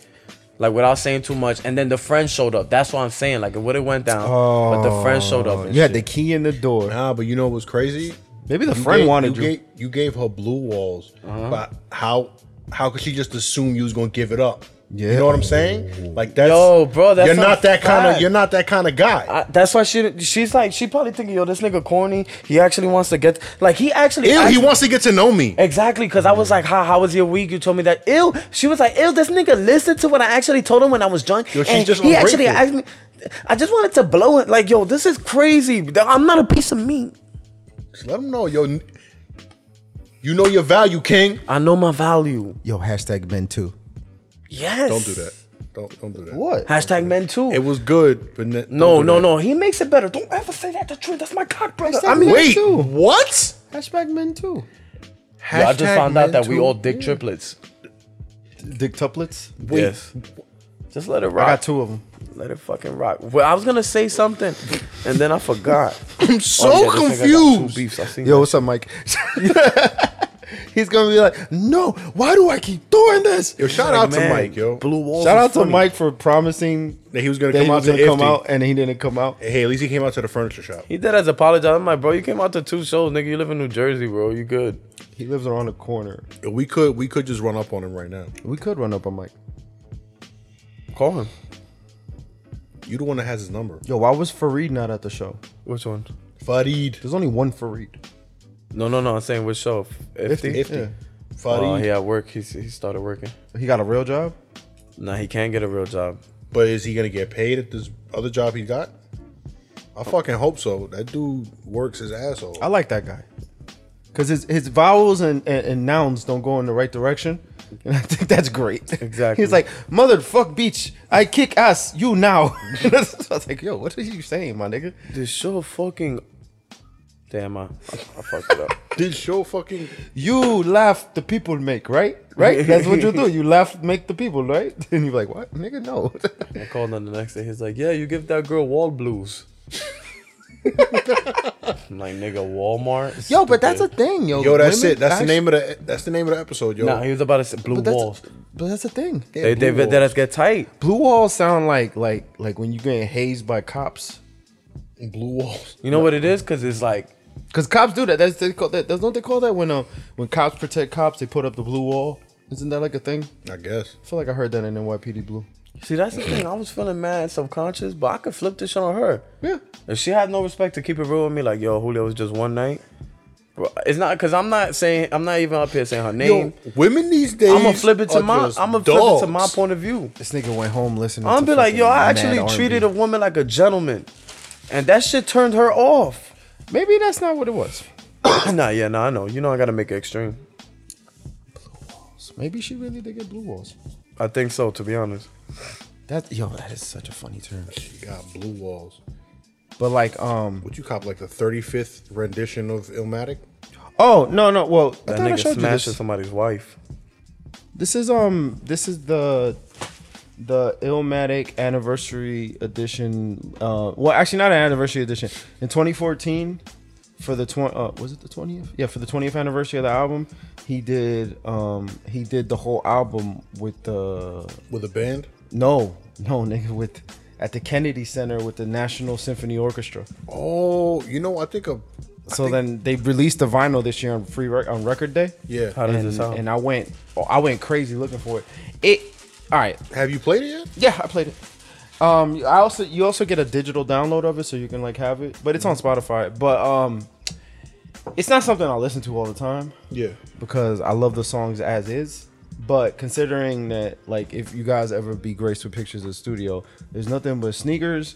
S1: like without saying too much. And then the friend showed up. That's what I'm saying. Like it would have went down, but the friend showed up. and
S3: Oh, You had the
S1: shit.
S3: key in the door.
S2: Nah, but you know what's crazy?
S3: Maybe the
S2: You
S3: friend
S2: gave-
S3: wanted you.
S2: Gave, you gave her blue walls,
S1: Uh-huh.
S2: but how how could she just assume you was gonna give it up?
S3: Yeah.
S2: You know what I'm saying? Like that's
S1: Yo, bro, that's
S2: you're
S1: a
S2: not that kind
S1: fact.
S2: of you're not that kind of guy.
S1: I, that's why she she's like she probably thinking yo this nigga corny. He actually wants to get like he actually.
S2: Ew, he
S1: actually-
S2: wants to get to know me.
S1: Exactly, because I was like, "How how was your week?" You told me that. Ew. She was like, "Ew, this nigga listened to what I actually told him when I was drunk,
S2: Yo, she's
S1: and
S2: just
S1: he actually asked
S2: ungrateful.
S1: me." I just wanted to blow it. Like, yo, this is crazy. I'm not a piece of meat.
S2: Just let him know, yo. n- You know your value, King.
S1: I know my value.
S3: Yo, hashtag men too.
S1: Yes.
S2: Don't do that. Don't don't do that.
S3: What?
S1: Hashtag men too.
S2: It was good, but n-
S1: no,
S2: don't do
S1: no,
S2: that.
S1: no. He makes it better. Don't ever say that. The truth. That's my cock, brother. I
S3: Hashtag
S1: mean,
S3: men
S2: Wait,
S3: too.
S2: what?
S3: Hashtag men
S1: Yo,
S3: too.
S1: I just
S2: Hashtag
S1: found out
S2: men
S1: that we
S2: too.
S1: all dick triplets.
S3: Dick tuplets.
S1: Yes. Just let it
S3: I
S1: rock.
S3: got two of them.
S1: Let it fucking rock. Well, I was gonna say something, and then I forgot.
S2: I'm so
S1: Oh, yeah, this nigga got two
S2: confused.
S1: beefs. I seen
S3: Yo,
S1: that.
S3: what's up, Mike? He's gonna be like, no, why do I keep doing this?
S2: Yo, shout
S1: Like,
S2: out
S1: man,
S2: to Mike, yo.
S1: Blue walls.
S3: Shout
S1: are
S3: out to
S1: funny.
S3: Mike for promising
S2: That he was gonna
S3: that
S2: come
S3: he
S2: out
S3: was
S2: to
S3: gonna come
S2: 50.
S3: out and he didn't come out.
S2: Hey, at least he came out to the furniture shop.
S1: He did as apologize. I'm like, bro, you came out to two shows, nigga. You live in New Jersey, bro. You good?
S3: He lives around the corner.
S2: We could we could just run up on him right now.
S3: We could run up on Mike.
S1: Call him.
S2: You the one that has his number.
S3: Yo, why was Farid not at the show?
S1: Which one?
S2: Farid.
S3: There's only one Farid.
S1: No, no, no. I'm saying which show? Fifty.
S2: Ifty.
S3: Yeah.
S1: Oh,
S2: Farid.
S1: he at work. He's, he started working.
S3: He got a real job?
S1: Nah, he can't get a real job.
S2: But is he gonna get paid at this other job he got? I fucking hope so. That dude works his asshole.
S3: I like that guy. Cause his his vowels and, and, and nouns don't go in the right direction. And I think that's great.
S1: Exactly.
S3: He's like, motherfuck beach, I kick ass, you now. And I was like, yo, what are you saying, my nigga?
S1: This show fucking. Damn, I, I, I fucked it up.
S2: This show fucking.
S3: You laugh the people make, right? Right? That's what you do. You laugh, make the people, right? And you're like, what? Nigga, no.
S1: I called him the next day. He's like, "Yeah, you give that girl wall blues." I'm like, "Nigga, Walmart."
S3: yo, but that's a thing, yo.
S2: Yo, that's
S3: Women
S2: it. That's the
S3: actu-
S2: name of the. That's the name of the episode, yo.
S1: Nah, he was about to say blue
S3: But that's,
S1: walls.
S3: but that's the thing.
S2: Yeah,
S1: They, they,
S2: blue
S1: they let us get tight.
S3: Blue walls sound like like like when you're getting hazed by cops.
S2: walls. Blue walls.
S1: You know what it is? Cause it's like
S3: Cause cops do that. That's they call that. That's don't they call that when um when cops protect cops they put up the blue wall. Isn't that like a thing?
S2: I guess.
S3: I feel like I heard that in NYPD Blue.
S1: See, that's the thing. I was feeling mad, subconscious, but I could flip this shit on her.
S3: Yeah.
S1: If she had no respect to keep it real with me, like, yo, Julio was just one night. Bro, it's not because I'm not saying I'm not even up here saying her
S2: Yo,
S1: name.
S2: women these days.
S1: I'm gonna flip it to
S2: are
S1: my
S2: just
S1: I'm gonna flip it to my
S2: dogs.
S1: point of view.
S3: This nigga went home listening.
S1: I'm
S3: to
S1: be like, yo, I
S3: fucking
S1: actually
S3: mad R&B.
S1: treated a woman like a gentleman, and that shit turned her off.
S3: Maybe that's not what it was.
S1: nah, yeah, nah, I know. You know, I gotta make it extreme.
S3: Maybe she really did get blue walls.
S1: I think so, to be honest.
S3: That yo, that is such a funny term.
S2: She got blue walls.
S3: But like, um,
S2: Would you cop like the 35th rendition of Illmatic?
S3: oh no, no. Well, I
S1: That
S3: thought I
S1: nigga
S3: showed you
S1: smashing
S3: this.
S1: somebody's wife.
S3: This is um, this is the the Illmatic Anniversary Edition. Uh, well, actually, not an Anniversary Edition. In 2014, for the twenty, uh, was it the 20th? Yeah, for the 20th anniversary of the album, he did um, he did the whole album with the
S2: With a band?
S3: no, no, nigga, with at the Kennedy Center with the National Symphony Orchestra.
S2: Oh, you know, I think a. I
S3: So
S2: think-
S3: then they released the vinyl this year on free rec- on record day.
S2: Yeah.
S1: How does
S3: and,
S1: it sound?
S3: and I went, oh, I went crazy looking for it. It, all right,
S2: Have you played it yet?
S3: yeah, I played it. Um, I also you also get a digital download of it, so you can like have it, but it's on Spotify. But um, it's not something I listen to all the time
S2: Yeah.
S3: because I love the songs as is. But considering that, like, if you guys ever be graced with pictures of the studio, there's nothing but sneakers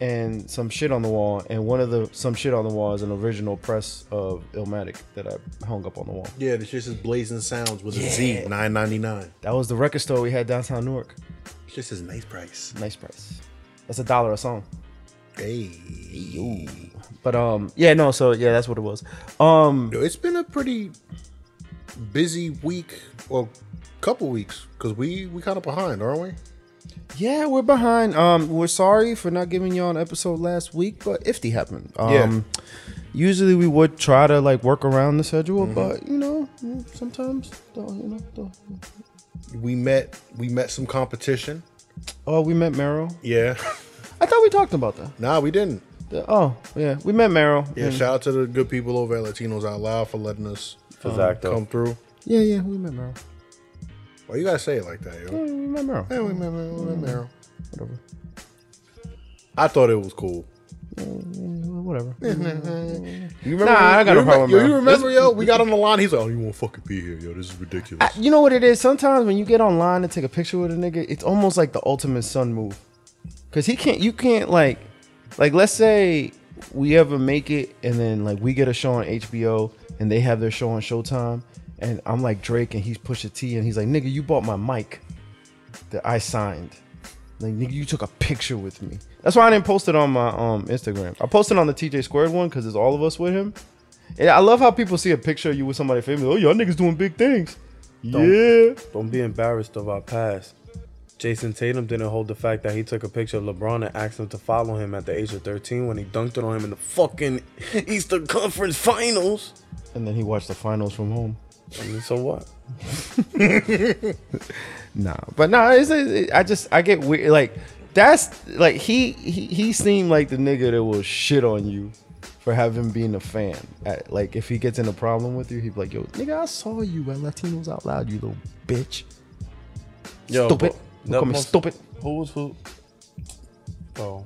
S3: and some shit on the wall. And one of the some shit on the wall is an original press of Illmatic that I hung up on the wall.
S2: Yeah, the shit is blazing sounds with a Z, nine ninety nine.
S3: That was the record store we had downtown Newark.
S2: This is nice price.
S3: Nice price. That's a dollar a song.
S2: Hey,
S3: But um, yeah, no, so yeah, that's what it was. Um,
S2: Yo, it's been a pretty busy week, well, couple weeks, because we we kind of behind, aren't we?
S3: yeah, we're behind. Um, we're sorry for not giving y'all an episode last week, but if they happened, um,
S2: Yeah.
S3: usually we would try to like work around the schedule, but you know, mm, sometimes though, you know, though.
S2: We met we met some competition.
S3: oh, we met Meryl.
S2: Yeah.
S3: I thought we talked about that.
S2: nah, we didn't.
S3: The- oh, yeah, we met Meryl. Mm.
S2: Yeah.
S3: and-
S2: Shout out to the good people over at Latinos Out Loud for letting us um,
S1: For Zach, though.
S2: come through.
S3: yeah, yeah, we met Meryl.
S2: Why you gotta say it like that,
S3: Yeah,
S2: yo?
S3: we met Meryl.
S2: Hey, we met, we met Meryl.
S3: Whatever.
S2: I thought it was cool.
S3: Yeah, Whatever.
S2: You remember?
S3: Nah, I got
S2: you
S3: no problem
S2: remember-
S3: with
S2: You
S3: Meryl.
S2: remember, yo? We got on the line. He's like, "Oh, you won't fucking be here, yo. This is ridiculous."
S3: You know what it is? Sometimes when you get online and take a picture with a nigga, it's almost like the ultimate sun move. Cause he can't you can't like like let's say we ever make it and then like we get a show on HBO and they have their show on Showtime and I'm like Drake and he's Pusha T and he's like, nigga, you bought my mic that I signed. Like nigga, you took a picture with me. That's why I didn't post it on my um Instagram. I posted on the TJ Squared one because it's all of us with him. And I love how people see a picture of you with somebody famous. Oh, y'all niggas doing big things. Yeah.
S1: Don't be embarrassed of our past. Jason Tatum didn't hold the fact that he took a picture of LeBron and asked him to follow him at the age of 13 when he dunked it on him in the fucking Eastern Conference Finals.
S3: And then he watched the finals from home.
S1: I mean, so what?
S3: Nah, but nah, it's, it, I just I get weird. Like that's like he he he seemed like the nigga that will shit on you for having been a fan. At, like if he gets in a problem with you, he'd be like, "Yo, nigga, I saw you at Latinos Out Loud, you little bitch, stupid,
S1: but
S3: Don't call me
S1: most-
S3: stupid."
S1: Who was who? Oh.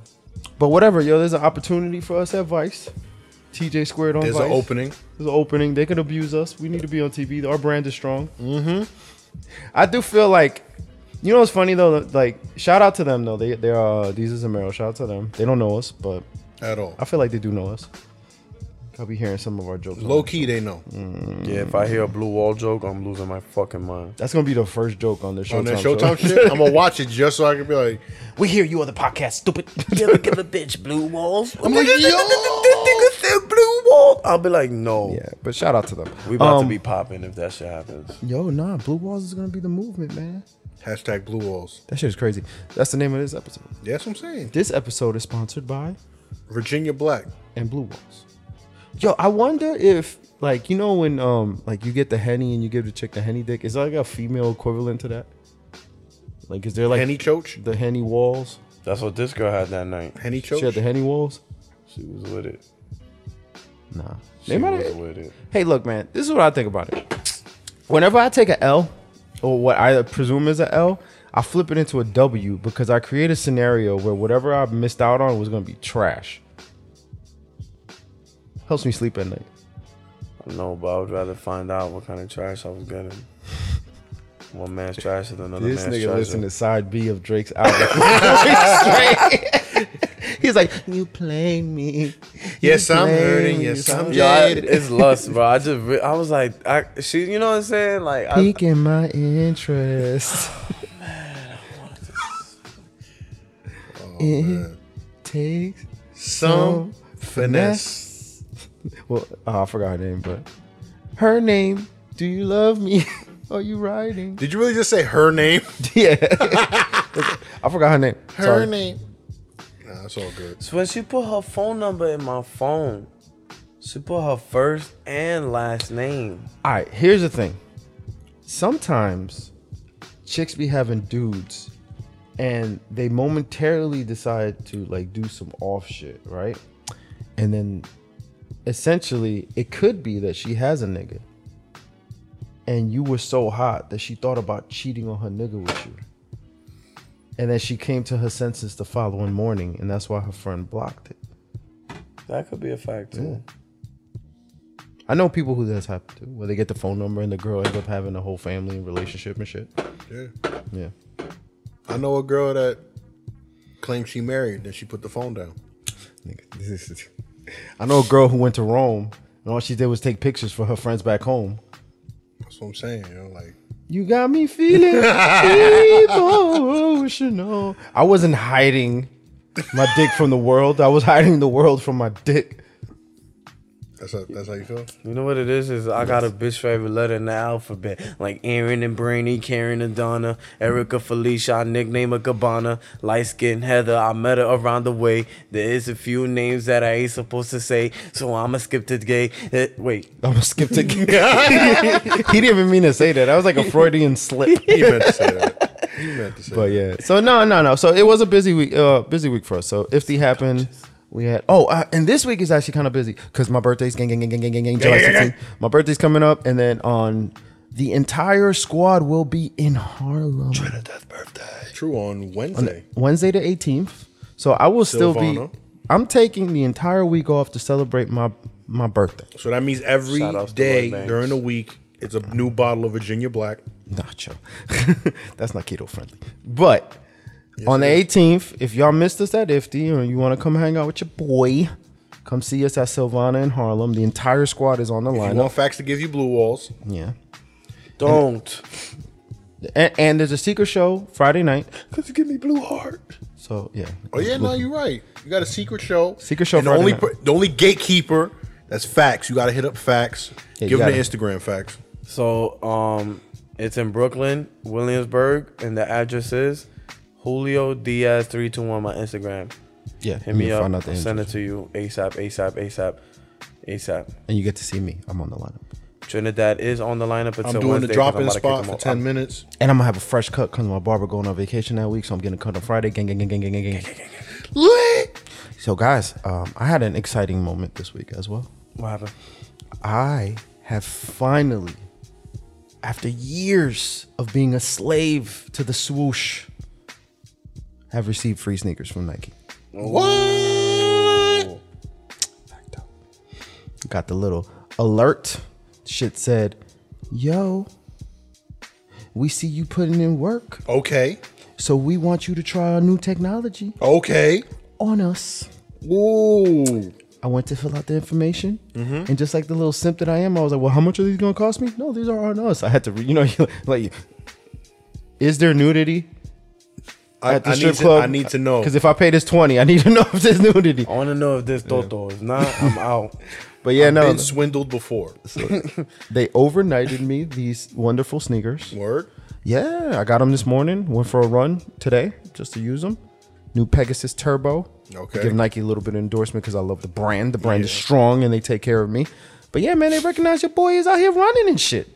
S3: But whatever, yo, there's an opportunity for us at Vice. TJ squared on
S2: There's
S3: Vice.
S2: an opening.
S3: There's an opening. They could abuse us. We need to be on TV. Our brand is strong. Mm-hmm. I do feel like, you know, what's funny though. Like, shout out to them though. They uh, they are these is and Meryl. Shout out to them. They don't know us, but
S2: at all.
S3: I feel like they do know us. I'll be hearing some of our jokes. on
S2: Low
S3: it.
S2: key, they know.
S3: Mm-hmm.
S1: Yeah, if I hear a blue wall joke, I'm losing my fucking mind.
S3: That's gonna be the first joke on the Showtime.
S2: On that
S3: show.
S2: Showtime shit, I'm gonna watch it just so I can be like,
S3: we hear you on the podcast, stupid.
S1: You ever give a bitch blue walls? I'm
S2: like,
S1: like, yo,
S2: yo!
S1: nigga said blue wall. I'll be like, no.
S3: yeah, but shout out to them.
S1: We about to
S3: Um,
S1: be popping if that shit happens.
S3: Yo, nah, Blue Walls is gonna be the movement, man.
S2: hashtag blue walls.
S3: That shit is crazy. That's the name of this episode.
S2: Yeah, that's what I'm saying.
S3: This episode is sponsored by
S2: Virginia Black.
S3: and Blue Walls. Yo, I wonder if like you know when um like you get the henny and you give the chick the henny dick, is there like a female equivalent to that? Like, is there like
S2: Henny Choach?
S3: the henny walls?
S1: That's what this girl had that night.
S2: Henny Choach?
S3: She had the henny walls.
S1: She was with it.
S3: Nah,
S1: She
S3: they might
S1: was
S3: have.
S1: with it.
S3: Hey, look, man. This is what I think about it. Whenever I take a L, or what I presume is a L, I flip it into a W because I create a scenario where whatever I missed out on was gonna be trash. Helps me sleep at night.
S1: I know, but I would rather find out what kind of trash I was getting. One man's trash is another
S3: This
S1: man's
S3: nigga
S1: trash.
S3: listened to side B of Drake's album. He's like, you play me.
S2: Yes,
S3: You
S2: I'm
S3: play
S2: hurting.
S3: me.
S2: Yes, I'm
S1: Yo, I,
S2: jaded.
S1: it's lust, bro. I just, re- I was like, I, she, you know what I'm saying? Like, I,
S3: Piquing my interest. it takes
S2: Some finesse.
S3: Well, oh, I forgot her name, but her name. Do you love me? Are you riding?
S2: Did you really just say her name?
S3: yeah, I forgot her name. Sorry.
S2: name. Nah, that's all good.
S1: So when she put her phone number in my phone, she put her first and last name.
S3: All right, here's the thing. Sometimes chicks be having dudes and they momentarily decide to like do some off shit, right? And then essentially it could be that she has a nigga and you were so hot that she thought about cheating on her nigga with you. And then she came to her senses the following morning and that's why her friend blocked it.
S1: That could be a fact too.
S3: I know people who that's happened to, where they get the phone number and the girl ends up having a whole family and relationship and shit.
S2: Yeah.
S3: Yeah.
S2: I know a girl that claimed she married, then she put the phone down.
S3: Nigga, this is- I know a girl who went to Rome and all she did was take pictures for her friends back home.
S2: That's what I'm saying. You know, like
S3: You got me feeling emotional. I wasn't hiding my dick from the world. I was hiding the world from my dick.
S2: that's how, that's how you feel.
S1: You know what it is? Is I got a bitch for every letter in the alphabet, like Aaron and Brainy, Karen and Donna, Erica, Felicia. I nickname her Cabana, light skin Heather. I met her around the way. There is a few names that I ain't supposed to say, so I'ma skip to gay. Eh, wait,
S3: I'm gonna skip to. he didn't even mean to say that. That was like a Freudian slip.
S2: He meant to say that. He meant to say
S3: But
S2: that.
S3: yeah, so no, no, no. So it was a busy week, uh, busy week for us. So if the happened, we had oh, uh, and this week is actually kind of busy because my birthday's gang, gang, gang, gang, gang, gang, gang, July 16th. My birthday's coming up, and then on the entire squad will be in Harlem
S2: True on Wednesday.
S3: Wednesday the 18th. So I will still
S2: Silvano.
S3: be. I'm taking the entire week off to celebrate my my birthday.
S2: So that means every
S1: Shout outs to
S2: day
S1: Lloyd Banks.
S2: during the week, it's a new bottle of Virginia Black.
S3: Nacho. That's not keto friendly. But on the 18th, if y'all missed us at IFTY or you want to come hang out with your boy, come see us at Sylvana in Harlem. The entire squad is on the
S2: You
S3: lineup.
S2: want facts to give you blue walls.
S3: yeah.
S1: don't.
S3: And, and there's a secret show Friday night.
S1: Cause you give me blue heart.
S3: So, yeah.
S2: Oh yeah, no, you're right. You got a secret show.
S3: Secret show
S2: And the
S3: Friday
S2: only
S3: night.
S2: per- the only gatekeeper that's facts. You got to hit up facts.
S3: Yeah, you
S2: Give them the
S3: gotta-
S2: Instagram facts.
S1: So um, it's in Brooklyn, Williamsburg, and the address is Julio Diaz three two one. My Instagram.
S3: Yeah.
S1: Hit me
S3: you'll
S1: up.
S3: find out
S1: I'll
S3: the
S1: send
S3: answers.
S1: it to you ASAP, ASAP, ASAP, ASAP.
S3: And you get to see me. I'm on the lineup.
S1: Trinidad is on the lineup until
S2: I'm doing
S1: Wednesday
S2: the
S1: 'cause
S2: drop
S1: I'm
S2: in
S1: about to kick
S2: spot
S1: them
S2: for
S1: off.
S2: ten
S1: I'm-
S2: minutes.
S3: And I'm going to have a fresh cut because my barber going on vacation that week. So I'm getting a cut on Friday. Gang, gang, gang, gang, gang, gang, gang. So, guys, um, I had an exciting moment this week as well.
S1: What happened?
S3: I have finally, after years of being a slave to the swoosh, have received free sneakers from Nike.
S2: What?
S3: Got the little alert. Shit said, yo, we see you putting in work,
S2: Okay.
S3: so we want you to try our new technology
S2: Okay.
S3: on us.
S2: Ooh.
S3: I went to fill out the information, and just like the little simp that I am, I was like, "Well, how much are these gonna cost me?" No, these are on us. I had to, re- you know, like, is there nudity
S2: I,
S3: at the
S2: I
S3: strip
S2: need
S3: club?
S2: To, I need to know.
S3: because if I pay this twenty, I need to know if there's nudity.
S1: I want to know if this Toto is not. I'm out.
S3: But yeah,
S2: I've
S3: no,
S2: been swindled before.
S3: they overnighted me these wonderful sneakers.
S2: Word.
S3: Yeah, I got them this morning. Went for a run today just to use them. New Pegasus Turbo.
S2: Okay.
S3: Give Nike a little bit of endorsement because I love the brand. The brand is strong and they take care of me. But yeah, man, they recognize your boy is out here running and shit.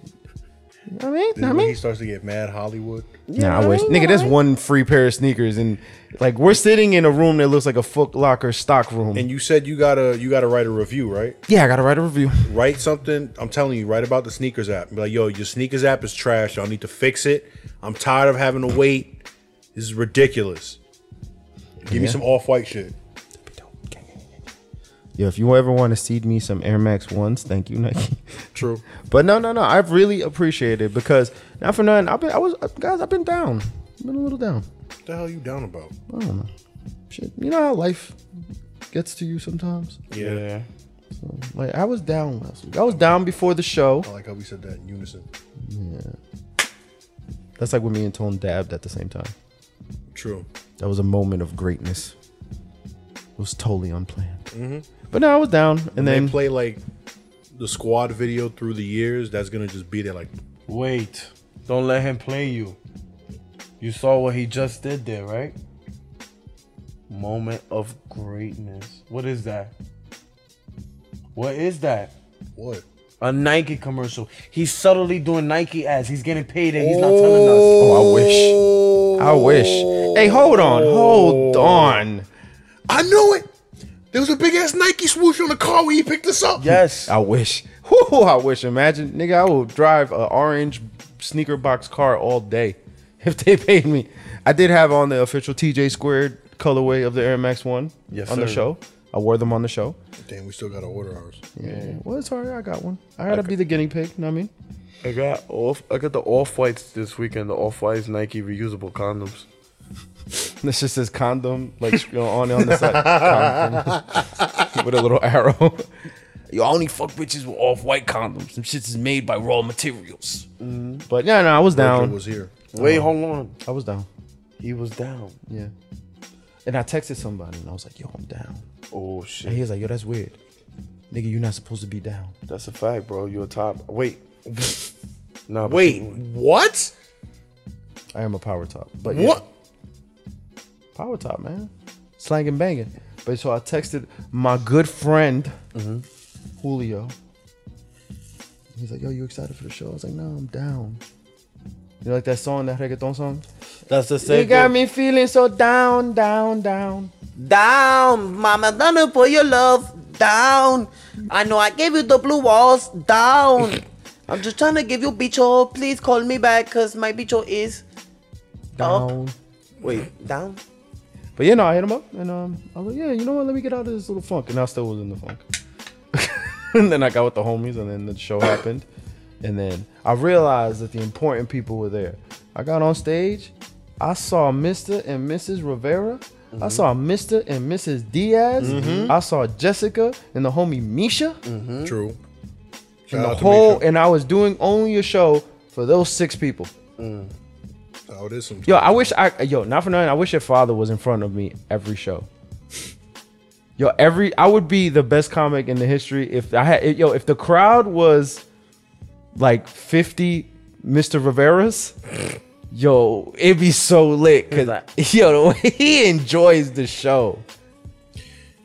S3: You know
S2: This
S3: what I mean, know
S2: is
S3: what I
S2: when
S3: mean,
S2: he starts to get mad Hollywood.
S3: Nah, I wish. Nigga, there's one free pair of sneakers, and like we're sitting in a room that looks like a Foot Locker stock room.
S2: And you said you gotta you gotta write a review, right?
S3: yeah, I gotta write a review.
S2: Write something. I'm telling you, write about the sneakers app. Be like, yo, your sneakers app is trash. Y'all need to fix it. I'm tired of having to wait. This is ridiculous. Give me some off white shit.
S3: Yo, if you ever want to seed me some Air Max ones, thank you, Nike.
S2: True.
S3: But no, no, no. I've really appreciated it because not for nothing. I've been, I was, uh, guys, I've been down. I've been a little down.
S2: What the hell you down about?
S3: I don't know. Shit, you know how life gets to you sometimes.
S1: Yeah.
S3: Like I was down last week. I was down before the show.
S2: I like how we said that in unison.
S3: That's like when me and Tone dabbed at the same time.
S2: True.
S3: That was a moment of greatness. It was totally unplanned. But no, I was down, and
S2: Mm-hmm. They
S3: then
S2: play like the squad video through the years. That's gonna just be there. Like,
S1: Wait. Don't let him play you. You saw what he just did there, right? Moment of greatness. What is that? What is that?
S2: what?
S1: A Nike commercial. He's subtly doing Nike ads. He's getting paid and he's not telling us.
S3: oh, I wish, I wish. Hey, hold on, hold
S2: Oh.
S3: on.
S2: I know it. There was a big ass Nike swoosh on the car when he picked us up.
S1: Yes.
S3: I wish. Whew, I wish. Imagine, nigga, I will drive an orange sneaker box car all day if they paid me. I did have on the official TJ squared colorway of the Air Max One
S1: Yes,
S3: on the
S1: sir.
S3: show. I wore them on the show.
S2: Damn, we still gotta order ours.
S3: Yeah. Well, it's alright. I got one. I gotta be the guinea pig. You know what I mean?
S1: I got off. I got the off whites this weekend. The off whites Nike reusable condoms.
S3: This just says condom, like you know, on on the side Condom. with a little arrow. Yo, I only fuck bitches with off-white condoms. Some shits is made by raw materials. Mm-hmm. But yeah, no, I was
S2: It
S3: down.
S2: was here.
S1: Wait, hold on.
S3: I was down.
S1: He was down.
S3: Yeah. And I texted somebody and I was like, yo, I'm down.
S1: Oh
S3: And
S1: shit.
S3: he was like, yo, that's weird. Nigga, you're not supposed to be down.
S1: That's a fact, bro. You're a top. Wait. Nah, but
S2: Wait,
S1: you-
S2: what?
S3: I am a power top. But yeah,
S2: What?
S3: power top, man. Slang and banging. But so I texted my good friend, Julio. He's like, yo, you excited for the show? I was like, no, I'm down. You like that song, that reggaeton song?
S1: That's the
S3: They
S1: same.
S3: got me feeling so down, down, down.
S4: Down, mama, down and put your love down. I know I gave you the blue walls down. I'm just trying to give you bicho. Please call me back, cause my bicho is
S3: Down.
S4: wait down.
S3: But yeah, no, I hit him up and um, I was like, yeah, you know what? Let me get out of this little funk, and I still was in the funk. and then I got with the homies, and then the show happened, and then I realized that the important people were there. I got on stage, I saw Mr. and Mrs. Rivera.
S2: Mm-hmm.
S3: I saw Mr. and Mrs. Diaz. I saw Jessica and the homie Misha.
S2: True.
S3: And
S2: Mm. Shout
S3: Mm-hmm. the
S2: out to
S3: whole,
S2: Misha.
S3: and I was doing only a show for those six people.
S2: Oh, it is some.
S3: Yo, I wish I yo not for nothing. I wish your father was in front of me every show. Yo, every I would be the best comic in the history if I had yo if the crowd was like fifty Mr. Rivera's. Yo, it'd be so lit because yo the way he enjoys the show.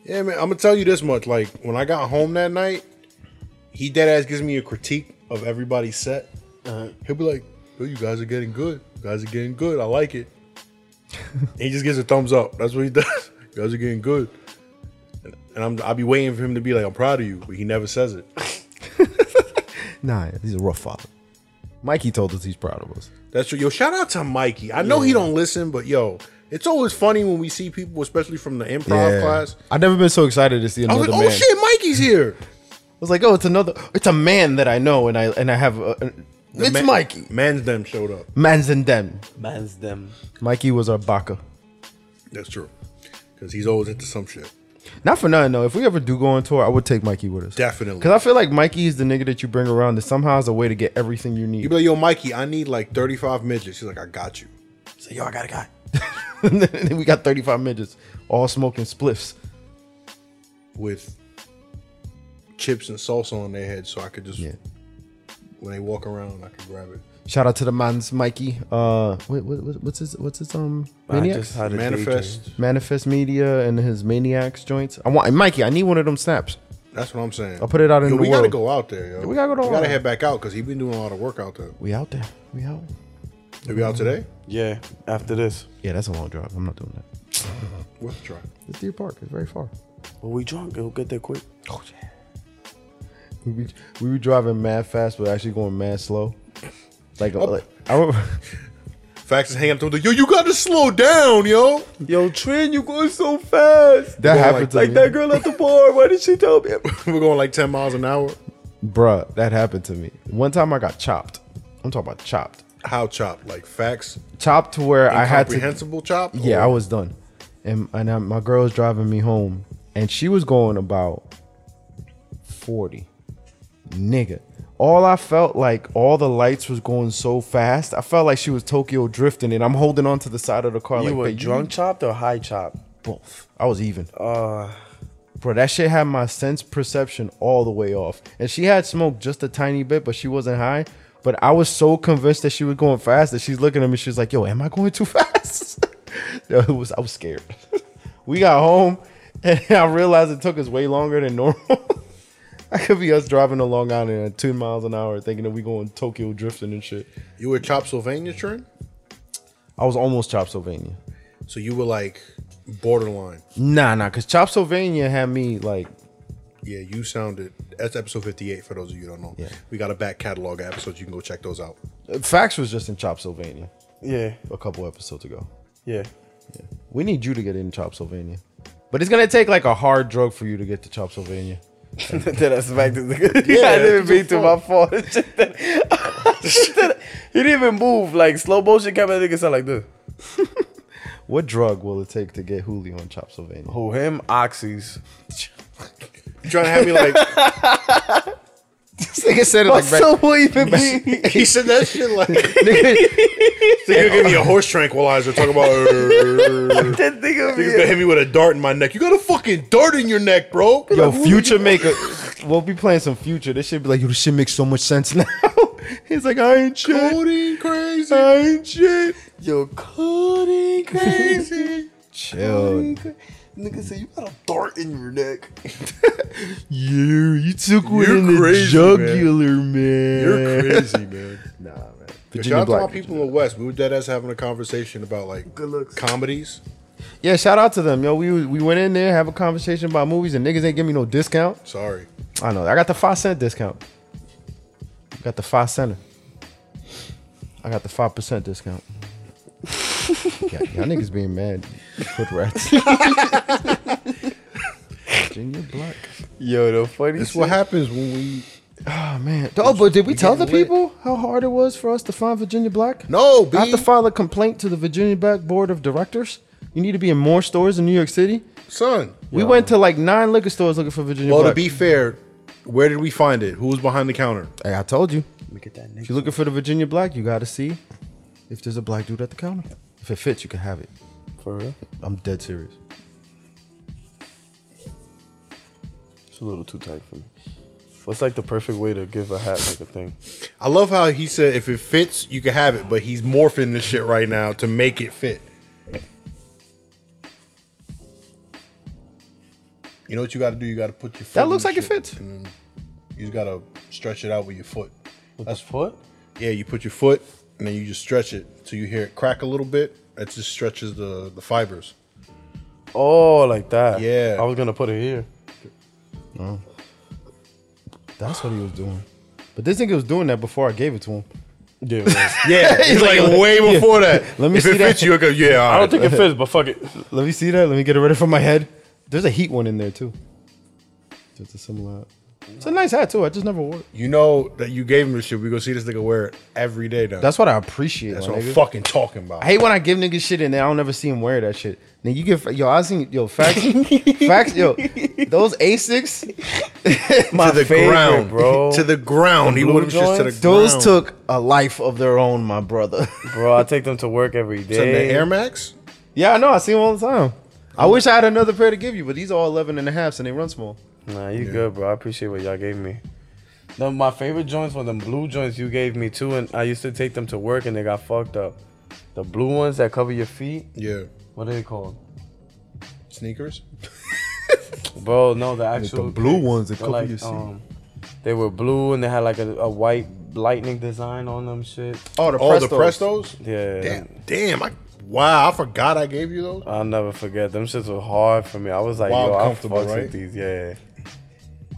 S2: Yeah, man. I'm gonna tell you this much. Like when I got home that night, he dead ass gives me a critique of everybody's set. He'll be like, "Yo, you guys are getting good. You guys are getting good. I like it." And he just gives a thumbs up. That's what he does. You guys are getting good. And- And I'm I'll be waiting for him to be like, "I'm proud of you," but he never says it.
S3: Nah, he's a rough father. Mikey told us he's proud of us.
S2: That's true. Yo, shout out to Mikey. I know he don't listen, but yo, it's always funny when we see people, especially from the improv class.
S3: I've never been so excited to see
S2: I was
S3: another
S2: like, "Oh
S3: man.
S2: shit, Mikey's here."
S3: I was like, oh, it's another, it's a man that I know, and I and I have. A, an-
S2: The
S3: it's
S2: man-
S3: Mikey.
S2: Man's them showed up.
S3: Mans and them.
S1: Man's them.
S3: Mikey was our baka.
S2: That's true. Because he's always into some shit.
S3: Not for nothing though. If we ever do go on tour, I would take Mikey with us.
S2: Definitely.
S3: Because I feel like Mikey is the nigga that you bring around that somehow is a way to get everything you
S2: You
S3: need.
S2: be like, yo, Mikey, I need like 35 midgets. She's like, I got you. He's like, yo, I got a guy.
S3: and then we got 35 midgets, all smoking spliffs.
S2: With chips and salsa on their head so I could just,
S3: Yeah.
S2: when they walk around, I could grab it.
S3: Shout out to the man's Mikey. Uh, wait, what, what, what's his what's his um
S1: I
S3: maniacs?
S1: just had a
S2: Manifest.
S3: Manifest Media and his maniacs joints. I want Mikey. I need one of them snaps.
S2: That's what I'm saying.
S3: I'll put it out in
S2: Yo,
S3: the
S2: we gotta
S3: world.
S2: go out there, yo.
S3: we gotta go to
S2: We
S3: the
S2: gotta
S3: world.
S2: head back out because he been doing a lot of work out there.
S3: We out there. We out.
S2: Are
S3: Mm-hmm.
S2: we out today?
S1: Yeah, after this.
S3: Yeah, that's a long drive. I'm not doing that.
S2: Worth a try.
S3: It's Deer Park. It's very far.
S1: Well, we drunk. It'll get there quick.
S3: Oh yeah. We be, we be driving mad fast, but actually going mad slow. Like,
S1: Oh.
S3: like I remember,
S2: Fax is hanging up to him. like, Yo, you gotta slow down, yo.
S1: Yo, Trin, you going so fast.
S3: that
S2: Going
S3: happened
S2: like-
S3: to
S1: like
S3: me.
S1: that girl at the bar. Why did she tell me?
S2: We're going like 10 miles an hour.
S3: Bruh, that happened to me. One time I got chopped. I'm talking about chopped.
S2: How chopped? Like fax?
S3: Chopped to where I had to.
S2: Comprehensible chop?
S3: Yeah,
S2: Or-
S3: I was done. And and I, my girl was driving me home, and she was going about forty. Nigga, all I felt like all the lights was going so fast. I felt like she was Tokyo drifting, and I'm holding on to the side of the car.
S1: You
S3: like,
S1: were
S3: "Babe,
S1: drunk chopped or high chopped?
S3: both. I was even.
S1: Uh,
S3: Bro, that shit had my sense perception all the way off. And she had smoked just a tiny bit, but she wasn't high. But I was so convinced that she was going fast that she's looking at me. She's like, yo, am I going too fast? Yo, it was, I was scared. we got home and I realized it took us way longer than normal. I could be us driving to Long Island at two miles an hour thinking that we going Tokyo drifting and shit.
S2: You were Chop Sylvania Trin?
S3: I was almost Chop Sylvania.
S2: So you were like borderline.
S3: Nah, nah, because Chop Sylvania had me like
S2: Yeah, you sounded. That's episode 58 for those of you who don't know.
S3: Yeah.
S2: We got a back catalog of episodes. You can go check those out.
S3: Fax was just in Chop Sylvania
S1: yeah,
S3: a couple episodes ago.
S1: yeah.
S3: We need you to get in Chop Sylvania. But it's gonna take like a hard drug for you to get to Chop Sylvania.
S1: then I smacked this nigga. Yeah, I didn't mean to. My fault. he didn't even move. Like slow motion camera, that nigga sound like this.
S3: What drug will it take to get Julio on Chop Sylvania?
S1: Who him? Oxys.
S2: You trying to have me like.
S3: This nigga said it
S1: will even be?
S2: he said that shit like. So you give me a horse tranquilizer. Talk about. Niggas
S1: that nigga be-
S2: gonna hit me with a dart in my neck. You got a fucking dart in your neck, bro.
S3: Yo, future maker. We'll be playing some future. This should be like, yo, this shit makes so much sense now. He's like, I ain't shit.
S2: Coding crazy.
S3: I ain't shit.
S1: Yo, Cody crazy.
S3: Chill.
S1: Nigga said you got a dart in your neck.
S3: You, you took one
S2: You're
S3: in the
S2: crazy,
S3: jugular, man.
S2: You're crazy, man.
S3: Nah, man.
S2: Shout
S3: Virginia
S2: out to my
S3: Black.
S2: people in the West. We were dead ass having a conversation about like
S1: Good looks.
S2: comedies.
S3: Yeah, shout out to them, yo. We we went in there, have a conversation about movies, and niggas ain't give me no discount.
S2: Sorry.
S3: I know. I got the five cent discount. Got the five center. I got the five percent discount. yeah, y'all niggas being mad. Hood rats. Virginia Black.
S1: Yo, the funny
S2: This is
S1: shit.
S2: what happens when we.
S3: Oh man. Oh, but did we tell the
S2: getting lit.
S3: people how hard it was for us to find Virginia Black?
S2: No,
S3: I have
S2: B.
S3: to file a complaint to the Virginia Black Board of Directors. You need to be in more stores in New York City.
S2: Son.
S3: We went to like nine liquor stores looking for Virginia
S2: Well,
S3: Black.
S2: to be fair, where did we find it? Who was behind the counter?
S3: hey, I told you.
S1: Look at that
S3: If
S1: nigga.
S3: you're looking for the Virginia Black, you gotta see if there's a black dude at the counter. If it fits, you can have it.
S1: For real?
S3: I'm dead serious.
S1: It's a little too tight for me. What's like the perfect way to give a hat like a thing?
S2: I love how he said if it fits, you can have it, but he's morphing this shit right now to make it fit. You know what you got to do? You got to put your foot.
S3: That
S2: in
S3: looks
S2: the
S3: like it
S2: shit,
S3: fits.
S2: and then You just got to stretch it out with your foot.
S1: That's foot?
S2: Yeah, you put your foot and then you just stretch it till you hear it crack a little bit. That just stretches the the fibers.
S1: Oh, like that.
S2: Yeah.
S1: I was gonna put it here.
S3: Mm-hmm. That's what he was doing. But this nigga was doing that before I gave it to him.
S1: Yeah. man.
S2: Yeah, it's like,
S3: like,
S2: way
S3: yeah.
S2: before that.
S3: Let me
S2: if
S3: see
S2: it
S3: that.
S2: fits you, okay, yeah. all
S1: I
S2: right.
S1: don't think it fits, but fuck it.
S3: Let me see that. Let me get it ready from my head. There's a heat one in there too. There's a similar. It's a nice hat too. I just never wore it.
S2: You know that you gave him this shit. We go see this nigga wear it every day now.
S3: That's what I appreciate.
S2: That's
S3: my
S2: what I'm
S3: nigga.
S2: fucking talking about.
S3: I hate when I give niggas shit and then I don't ever see him wear that shit. Then you give yo, I seen yo facts, facts, yo, those Asics,
S1: My
S2: to the
S1: favorite,
S2: ground,
S1: bro.
S2: to the ground. he
S1: blue
S2: wore them shits to the
S1: joints?
S2: ground.
S3: those took a life of their own, my brother.
S1: bro. I take them to work every
S2: to the
S1: day.
S2: Air Max.
S3: yeah, I know. I see them all the time. I wish I had another pair to give you, but these are all 11 and a halves and they run small.
S1: Nah, you good, bro. I appreciate what y'all gave me. No, my favorite joints were them blue joints you gave me too, and I used to take them to work and they got fucked up. The blue ones that cover your feet,
S2: Yeah,
S1: what are they called?
S2: sneakers.
S1: Bro, no, the actual
S3: blue ones that
S1: they're
S3: cover your feet.
S1: um, they were blue and they had like a, a white lightning design on them shit.
S3: Oh, the
S2: Oh,
S3: Prestos.
S2: the Prestos.
S1: Yeah.
S2: Damn, damn. I wow, I forgot I gave you those.
S1: I'll never forget. Them shits were hard for me. I was like,
S2: Wild
S1: yo, I fucks
S2: comfortable, right?
S1: with these. Yeah.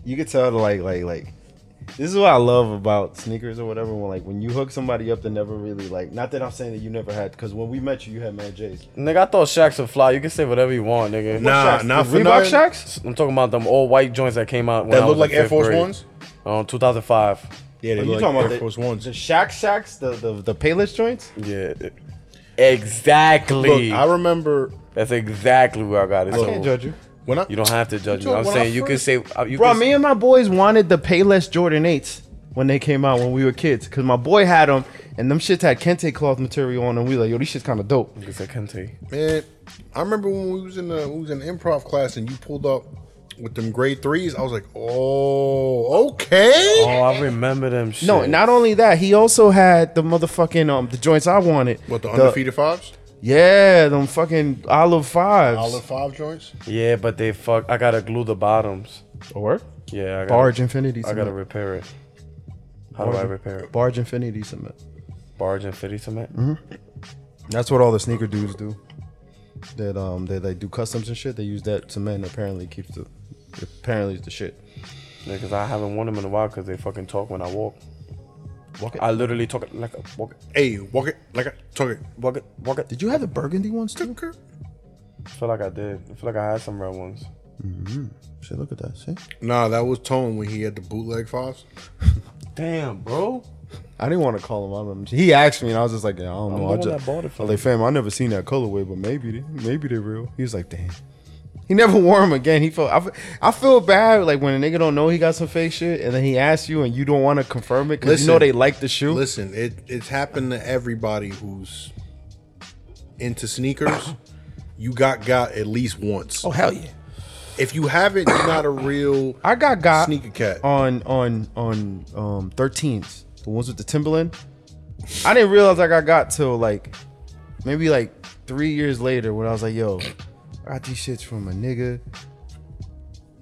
S3: You could tell, like, like, like. This is what I love about sneakers or whatever. When like when you hook somebody up, they never really like. Not that I'm saying that you never had, because when we met you, you had Mad J's.
S1: Nigga, I thought Shaqs would fly. You can say whatever you want, nigga.
S2: Nah,
S3: Shaqs?
S2: not
S3: The
S2: for
S3: Reebok
S2: nothing.
S3: Shaqs?
S1: I'm talking about them old white joints that came out when
S2: That
S1: I
S2: look
S1: was
S2: like
S1: in
S2: Air
S1: fifth
S2: Force
S1: grade.
S2: Ones.
S1: Um, 2005.
S2: Yeah, they
S3: Are you
S2: look
S3: talking
S2: like
S3: about
S2: Air
S3: the,
S2: Force
S3: the
S2: Ones.
S3: Shack Shacks, the the the Payless joints?
S1: Yeah. Exactly.
S2: Look, I remember
S1: That's exactly where I got it.
S3: I
S1: So
S3: can't judge you.
S2: when I
S1: You don't have to judge me.
S2: Yo,
S1: I'm
S2: when
S1: saying
S2: I
S1: you can
S2: first-
S1: say. uh, You
S3: Bro,
S1: can,
S3: me and my boys wanted the Payless Jordan 8s when they came out when we were kids. Cause my boy had them and them shits had kente cloth material on them. We like, yo, these shits kinda dope.
S1: You can say Kente.
S2: man, I remember when we was in the we was in improv class and you pulled up with them grade threes. I was like, oh, okay.
S1: Oh, I remember them shit.
S3: No, not only that, he also had the motherfucking um the joints I wanted.
S2: What the undefeated fives?
S3: Yeah, them fucking olive fives.
S2: Olive five joints.
S1: Yeah, but they fuck. I gotta glue the bottoms.
S3: Or
S1: Yeah, I gotta,
S3: barge infinity
S1: I
S3: cement.
S1: gotta repair it. How do I repair it?
S3: barge infinity cement.
S1: Barge and fitty cement.
S3: Mm-hmm. That's what all the sneaker dudes do. That um they like do customs and shit. They use that cement apparently keeps the apparently it's the shit.
S1: Because I haven't worn them in a while because they fucking talk when I walk.
S3: Walk it.
S1: I literally talk like a walk it,
S2: Hey, walk it like I talk it.
S1: walk it, walk it.
S3: Did you have the burgundy ones too?
S1: I feel like I did. I feel like I had some red ones.
S3: Shit, look at that. See,
S2: Nah, that was Tone when he had the bootleg fives.
S1: Damn, bro.
S3: I didn't want to call him out. on him. He asked me, and I was just like, yeah, I don't
S1: I'm
S3: know.
S1: the
S3: I
S1: one
S3: just
S1: that bought it
S3: I
S1: for
S3: was
S1: you.
S3: like, fam, I never seen that colorway, but maybe they, maybe they're real. He was like, damn. He never wore them again. He felt I, fe- I feel bad like when a nigga don't know he got some fake shit, and then he asks you, and you don't want to confirm it because you
S2: Listen.
S3: know they like the shoe.
S2: Listen, it it's happened to everybody who's into sneakers. you got got at least once.
S3: Oh hell yeah!
S2: If you haven't, you're not a real
S3: I got got um,
S2: sneaker cat.
S3: on on on um 13s the ones with the timberland i didn't realize like i got till like maybe like three years later when i was like yo i got these shits from a nigga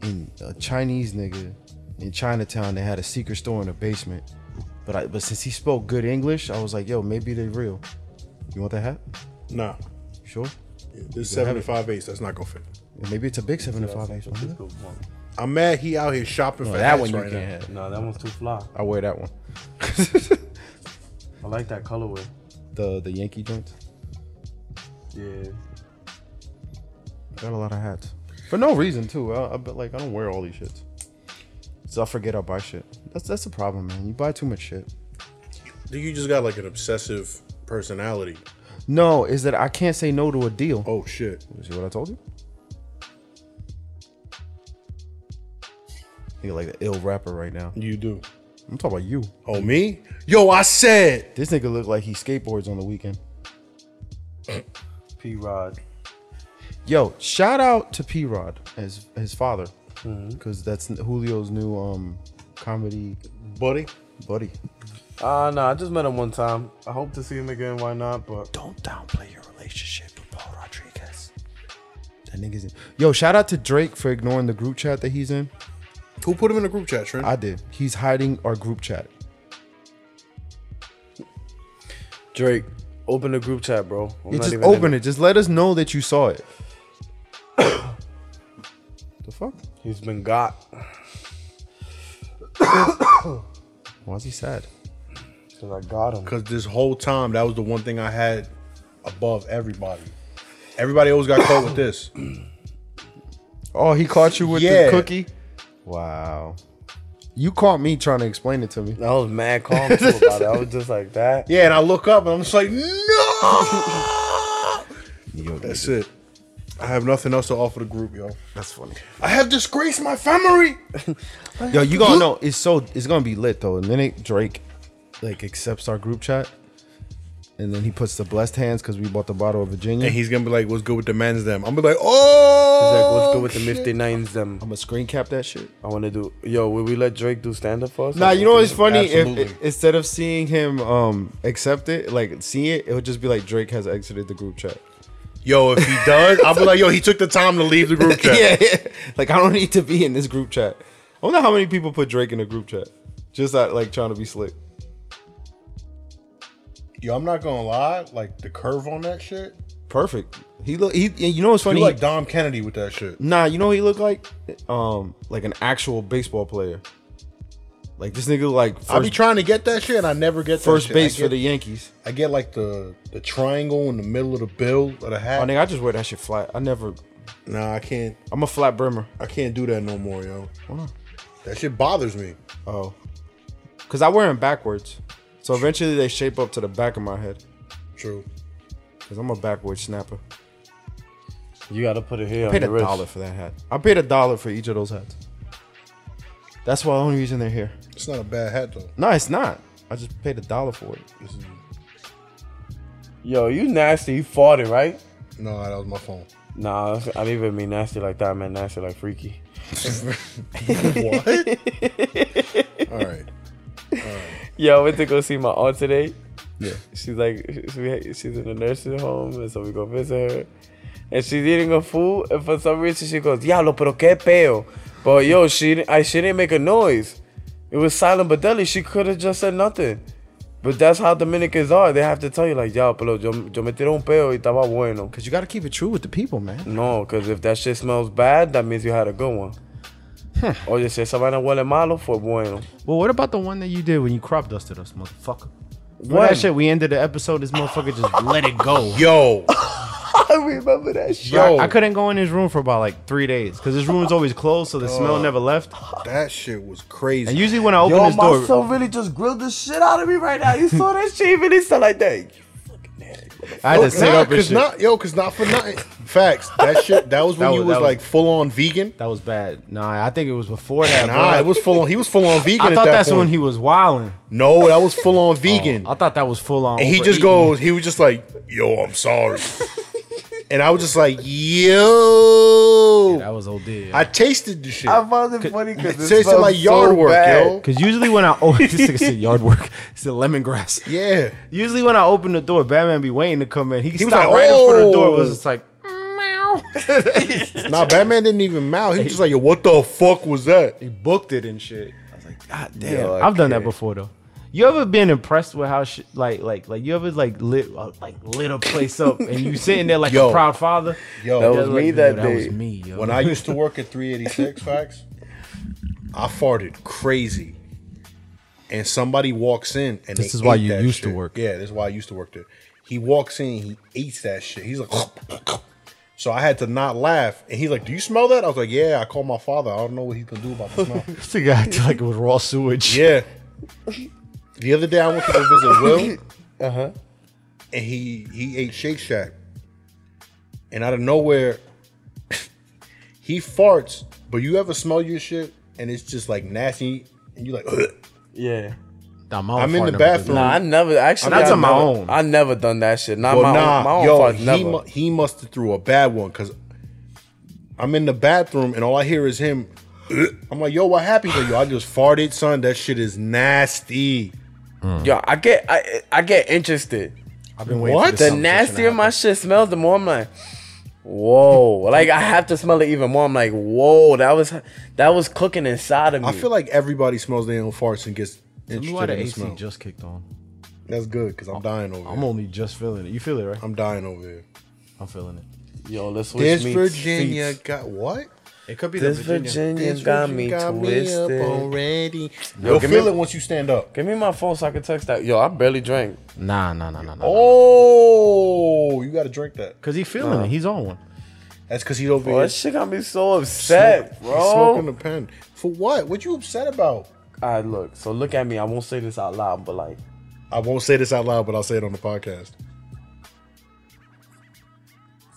S3: in a chinese nigga in chinatown they had a secret store in the basement but i but since he spoke good english i was like yo maybe they're real you want that hat
S2: Nah,
S3: sure
S2: this 75 ace. That's not gonna fit.
S3: Yeah, maybe it's a big 75 inch one.
S1: This good one.
S2: I'm mad he out here shopping for
S3: that
S2: hats
S3: one you
S2: right
S3: can't
S2: now.
S3: have
S1: No, that one's too fly.
S3: i wear that one
S1: I like that colorway.
S3: the the yankee joints
S1: Yeah.
S3: Got a lot of hats. For no reason too. I, I but like I don't wear all these shits. So I forget I buy shit. That's that's the problem, man. You buy too much shit.
S2: You just got like an obsessive personality.
S3: No, is that I can't say no to a deal.
S2: Oh shit.
S3: See what I told you? You're like the ill rapper right now.
S2: You do.
S3: I'm talking about you.
S2: Oh me? Yo, I said
S3: This nigga look like he skateboards on the weekend.
S1: P Rod.
S3: Yo, shout out to P Rod as his father, because that's Julio's new um comedy
S2: buddy.
S3: buddy.
S1: Ah, uh, nah, I just met him one time. I hope to see him again. Why not? But
S3: Don't downplay your relationship with Paul Rodriguez. That nigga's in. Yo, shout out to Drake for ignoring the group chat that he's in.
S2: Who put him in the group chat, Trent?
S3: I did. He's hiding our group chat.
S1: Drake, open the group chat, bro. I'm
S3: You
S1: not
S3: just
S1: even in
S3: open it. Just let us know that you saw it. the fuck?
S1: He's been got.
S3: Why is he sad?
S1: Cause I got him.
S2: Because this whole time, that was the one thing I had above everybody. Everybody always got caught with this.
S3: Oh, he caught you with
S2: Yeah.
S3: the cookie? Wow. You caught me trying to explain it to me.
S1: I was mad calm too about it. I was just like that.
S2: Yeah, and I look up and I'm just like, no. That's it. I have nothing else to offer the group, yo.
S3: That's funny.
S2: I have disgraced my family.
S3: Yo, you gonna know it's so it's gonna be lit though. The minute Drake like accepts our group chat, and then he puts the blessed hands because we bought the bottle of Virginia.
S2: And he's gonna be like, "What's good with the men's them?" I'm gonna be like,
S1: It's
S2: "Oh,
S1: like, what's good with the Nifty Nines? Them
S3: I'm gonna screen cap that shit.
S1: I want to do. Yo, will we let Drake do stand up for us?
S3: Nah, you know what's funny? If,
S2: Absolutely.
S3: instead of seeing him um accept it, like see it, it would just be like Drake has exited the group chat.
S2: yo." If he does, I'll be like, "Yo, he took the time to leave the group chat."
S3: yeah, yeah. Like I don't need to be in this group chat. I wonder how many people put Drake in a group chat. Just that like trying to be slick.
S2: Yo, I'm not gonna lie. Like the curve on that shit.
S3: Perfect. He look he you know what's
S2: You
S3: funny?
S2: like Dom Kennedy with that shit.
S3: Nah, you know what he looked like? Um, like an actual baseball player. Like this nigga, like
S2: I be
S3: first,
S2: trying to get that shit, and I never get that
S3: first
S2: shit.
S3: base
S2: I
S3: for
S2: get,
S3: the Yankees.
S2: I get like the the triangle in the middle of the bill of the
S3: Oh,
S2: hat.
S3: nigga, I just wear that shit flat. I never.
S2: nah, I can't.
S3: I'm a flat brimmer.
S2: I can't do that no more, yo.
S3: Why not?
S2: That shit bothers me.
S3: Oh, cause I wear them backwards. So eventually they shape up to the back of my head.
S2: True.
S3: Cause I'm a backward snapper.
S1: you gotta put it here.
S3: I
S1: on
S3: paid a
S1: your wrist.
S3: dollar for that hat. I paid a dollar for each of those hats. That's why the only reason they're here.
S2: It's not a bad hat though.
S3: No, it's not. I just paid a dollar for it.
S2: This is-
S1: Yo, you nasty. You farted, right?
S2: no, that was my phone.
S1: Nah, I didn't even mean nasty like that. I meant nasty like freaky.
S2: what? All right.
S1: Yo, I went to go see my aunt today.
S3: Yeah.
S1: She's like, she- she's in a nursing home, and so we go visit her. And she's eating her food, and for some reason she goes, "Diablo, pero qué peo." But yo, she didn't- I she didn't make a noise. It was silent but deadly. She could have just said nothing. But that's how Dominicans are. They have to tell you like, "Yo, pero yo, yo me tiré un peo y estaba bueno."
S3: Cause you gotta keep it true with the people, man.
S1: No, because if that shit smells bad, that means you had a good one. Oye, si esa vaina huele malo, fue bueno.
S5: Well, what about the one that you did when you crop dusted us, motherfucker? What?
S1: When?
S5: That shit, we ended the episode. This motherfucker just let it go.
S2: Yo,
S1: I remember that shit.
S2: yo,
S5: I couldn't go in his room for about like three days because his room was always closed, so the smell never left.
S2: that shit was crazy.
S5: And usually when I open
S1: Yo,
S5: his
S1: my
S5: door,
S1: son really just grilled the shit out of me right now. You saw that shit? Even he said like that.
S5: I had to sit
S2: Nah,
S5: up and
S2: cause
S5: shit.
S2: not yo, cause not for nothing. Facts. That shit. That was when
S5: That
S2: you
S5: was-
S2: was,
S5: that was-
S2: like full on vegan.
S5: that was bad. Nah, I think it was before that. bro.
S2: Nah, it was full on. He was full on vegan.
S5: I
S2: at
S5: thought
S2: that
S5: that's
S2: point.
S5: when he was wilding.
S2: No, that was full on vegan.
S5: Oh, I thought that was full on.
S2: and he
S5: overeating.
S2: just goes. He was just like, "Yo, I'm sorry." and I was just like, "Yo."
S5: That was old dude.
S2: I tasted the shit.
S1: I found it funny because
S2: it tasted like yard work, yo.
S5: Cause usually when I oh this nigga said yard work, it's the lemongrass.
S2: Yeah.
S5: Usually when I open the door, Batman be waiting to come in. He,
S2: was
S5: stopped
S2: like,
S5: right in front of the door.
S2: "Oh."
S5: Was just like
S2: Nah, Batman didn't even mouth. He was just like, "Yo, what the fuck was that?"
S3: He booked it and shit. I was like, God damn.
S1: Yo,
S5: I've done that
S1: okay.
S5: before though. You ever been impressed with how shit like like like you ever like lit uh, like lit a place up and you sitting there like
S2: Yo.
S5: a proud father?
S2: Yo,
S1: That
S5: They're
S1: was me
S5: yo,
S1: that
S5: That was
S1: day.
S5: me. Yo.
S2: When I used to work at 386 Facts, I farted crazy. And somebody walks in and
S5: This
S2: they
S5: is why
S2: ate
S5: you
S2: that
S5: used to
S2: shit.
S5: work.
S2: Yeah, this is why I used to work there. He walks in, he eats that shit. He's like, so I had to not laugh. And he's like, "Do you smell that?" I was like, "Yeah." I called my father. I don't know what he's gonna do about the smell.
S5: this nigga acted like it was raw sewage.
S2: yeah. The other day I went to go visit Will. Uh huh. And he he ate Shake Shack. And out of nowhere, he farts. But you ever smell your shit and it's just like nasty, and you like, "Ugh."
S1: Yeah.
S5: Nah, my
S2: I'm
S5: own fart never
S2: in the
S5: did
S2: bathroom.
S1: Nah, I never actually.
S5: That's
S1: I
S5: on my
S1: never-
S5: own.
S1: I never done that shit. Not
S2: well,
S1: my own. My
S2: nah,
S1: own
S2: yo,
S1: farts,
S2: he
S1: never.
S2: mu- he must have threw a bad one because I'm in the bathroom and all I hear is him. "Ugh." I'm like, yo, what happened? He's Like, yo, I just farted, son. That shit is nasty.
S1: yo, I get, I, I get interested.
S5: that. I've been waiting
S2: What?
S5: for
S1: The
S5: this
S1: nastier my shit smells, the more I'm like, whoa. like I have to smell it even more. I'm like, whoa, that was, that was cooking inside of me.
S2: I feel like everybody smells their own farts and gets
S5: You why
S2: interested
S5: the
S2: in the
S5: AC
S2: smell.
S5: just kicked on.
S2: That's good because
S1: Oh,
S2: I'm dying over.
S5: I'm
S2: here.
S5: only just feeling it. You feel it, right?
S2: I'm dying over here.
S5: I'm feeling it.
S1: yo, let's switch
S2: This
S1: meats.
S2: Virginia
S1: Feet.
S2: got what?
S5: It could be
S1: This
S5: the Virginia.
S1: Virginia
S2: This
S1: got
S2: Virginia
S1: me
S2: got
S1: twisted.
S2: up already.
S1: Yo,
S2: You'll
S1: give
S2: feel
S1: me-
S2: it once you stand up.
S1: Give me my phone so I can text that. Yo, I barely drank.
S5: Nah, nah, nah, nah, nah.
S2: Oh, you got to drink that.
S5: Cause he feeling it. He's on one.
S2: That's because he's over
S1: Bro,
S2: here
S1: that shit got me so Oh, upset,
S2: smoking- he's
S1: bro.
S2: smoking the pen for what? What you upset about?
S1: All right, look. So look at me. I won't say this out loud, but like,
S2: I won't say this out loud, but I'll say it on the podcast.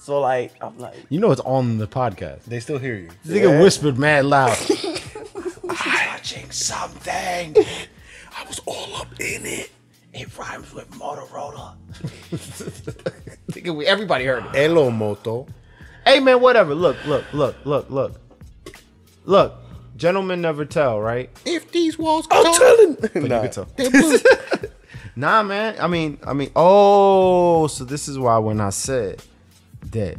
S1: so like, I'm like,
S3: You know it's on the podcast.
S2: They still hear you.
S3: This nigga whispered mad loud.
S2: Watching something. I was all up in it.
S1: it rhymes with Motorola.
S3: Nigga, we- Everybody heard it.
S2: Hello, Moto.
S3: Hey man, whatever. Look, look, look, look, look, look. Gentlemen never tell, right?
S2: If these walls
S1: I'm telling.
S3: You
S1: Nah.
S3: could tell.
S2: they blue.
S3: Nah, man. I mean, I mean. Oh, so this is why when I said that,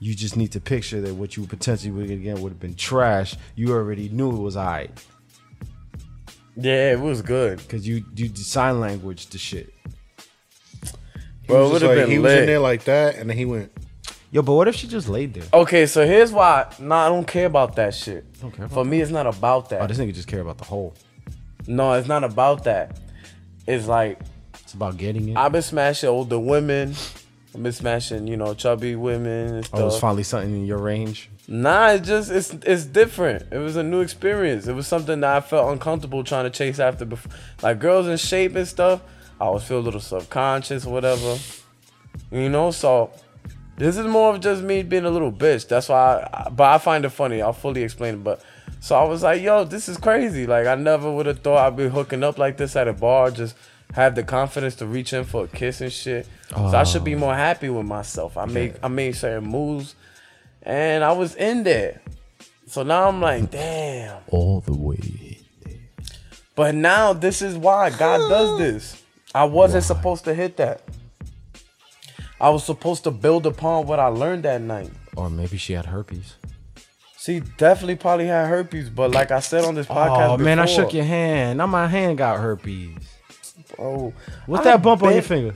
S3: you just need to picture that what you potentially would again would have been trash. You already knew it was alright
S1: Yeah, it was good.
S3: because you you did sign language to shit.
S1: Bro, it
S2: was
S1: would
S2: just
S1: have
S2: like-
S1: been
S2: he was
S1: lit.
S2: in there like that, and then he went.
S3: Yo, but what if she just laid there?
S1: Okay, so here's why. Nah, I don't care about that shit.
S3: Don't care about
S1: For me, it's not about that.
S3: Oh, this nigga just care about the whole.
S1: no, it's not about that. It's like
S3: It's about getting it.
S1: I've been smashing older women. I've been smashing, you know, chubby women and stuff.
S3: oh, it's finally something in your range.
S1: Nah, it's just it's it's different. It was a new experience. It was something that I felt uncomfortable trying to chase after before. Like girls in shape and stuff, I always feel a little subconscious, whatever. You know, so this is more of just me being a little bitch. That's why. I, but I find it funny. I'll fully explain it. But so I was like, yo, this is crazy. Like I never would have thought I'd be hooking up like this at a bar. Just have the confidence to reach in for a kiss and shit. So I should be more happy with myself. I made I made certain moves and I was in there. So now I'm like, damn.
S3: All the way.
S1: But now this is why God does this. I wasn't supposed to hit that. I was supposed to build upon what I learned that night.
S3: Or maybe she had herpes.
S1: She definitely probably had herpes, but like I said on this podcast,
S3: oh man, I
S1: before-
S3: shook your hand. Now my hand got herpes.
S1: Oh,
S3: What's
S1: I
S3: that bump on
S1: been-
S3: your finger?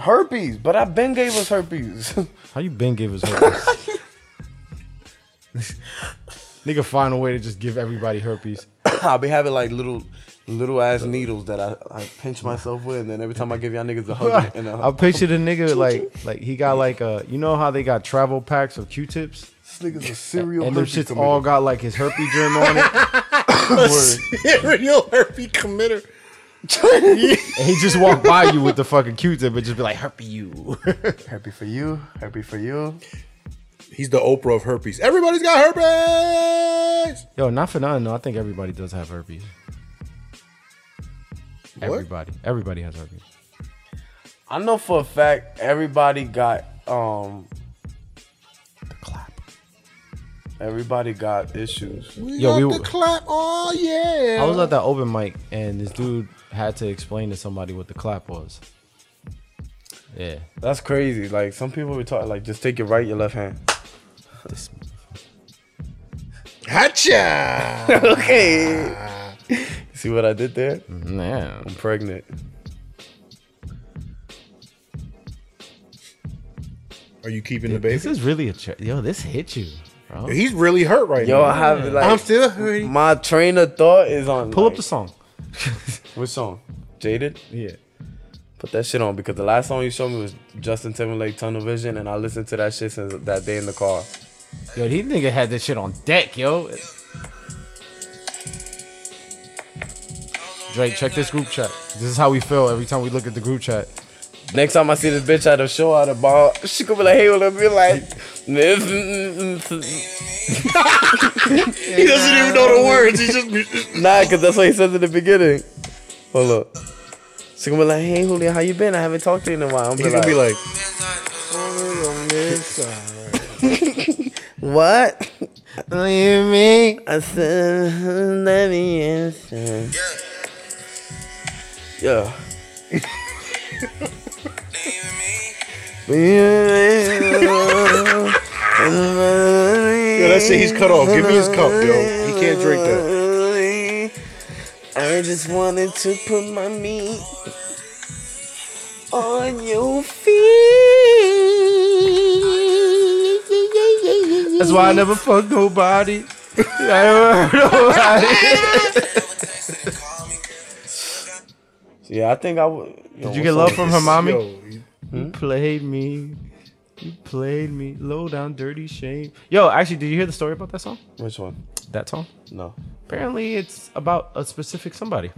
S1: Herpes, but I been gave us herpes.
S3: How you been giving us herpes? Nigga, find a way to just give everybody herpes.
S1: I'll be having like little, little ass needles that I, I pinch myself with, and then every time I give y'all niggas a hug and a
S3: I picture the nigga like like he got like uh you know how they got travel packs of Q-tips
S1: This nigga's a serial
S3: and them
S1: herpes
S3: shits all got like his herpes germ on it.
S1: committer.
S2: Yo, herpes committer.
S3: And he just walked by you with the fucking Q-tip and just be like herpes you.
S1: Happy for you. Happy for you.
S2: He's the Oprah of herpes. Everybody's got herpes.
S3: Yo, not for nothing. though. I think everybody does have herpes. Everybody, everybody has herpes.
S1: I know for a fact everybody got um
S3: The clap.
S1: everybody got issues.
S2: We
S3: Yo,
S2: got
S3: we-
S2: the clap. Oh yeah.
S3: I was at that open mic and this dude had to explain to somebody what the clap was. Yeah.
S1: That's crazy. Like some people be talking like just take your right, your left hand.
S3: This,
S2: Hatcha.
S1: Okay. Mm. See what I did there?
S3: nah.
S1: I'm pregnant.
S2: Are you keeping the
S3: This
S2: baby?
S3: is really a ch- yo. This hit you, bro.
S2: He's really hurt right
S1: Yo,
S2: now.
S1: I have like
S2: I'm still hurting.
S1: my train of thought is on
S3: Pull up
S1: like,
S3: the song.
S1: which song? Jaded?
S3: Yeah.
S1: Put that shit on because the last song you showed me was Justin Timberlake Tunnel Vision and I listened to that shit since that day in the car.
S3: Yo, he nigga had this shit on deck, yo. Drake, check this group chat. This is how we feel every time we look at the group chat.
S1: Next time I see this bitch at a show at a bar, she could be like, "Hey, will be like?" mm, nah, mm."
S2: He doesn't even know the words. He's just
S1: cause that's what he says in the beginning. Hold up. She gonna be like, "Hey, Julia, how you been? I haven't talked to you in a while." I'm
S2: He's gonna be like,
S1: "What?"
S3: You me?
S1: I said, "Let me answer." Yeah.
S2: yo, that shit he's cut off. Give me his cup, yo. He can't drink that.
S1: I just wanted to put my meat on your feet.
S3: That's why I never fucked nobody. I never hurt nobody.
S1: Yeah, I think I would. Yo,
S3: Did you get love from her mommy?
S2: Yo, he-
S3: You played me. You played me. Low down, dirty shame. Yo, actually, did you hear the story about that song?
S1: Which one?
S3: That song?
S1: No.
S3: Apparently, it's about a specific somebody.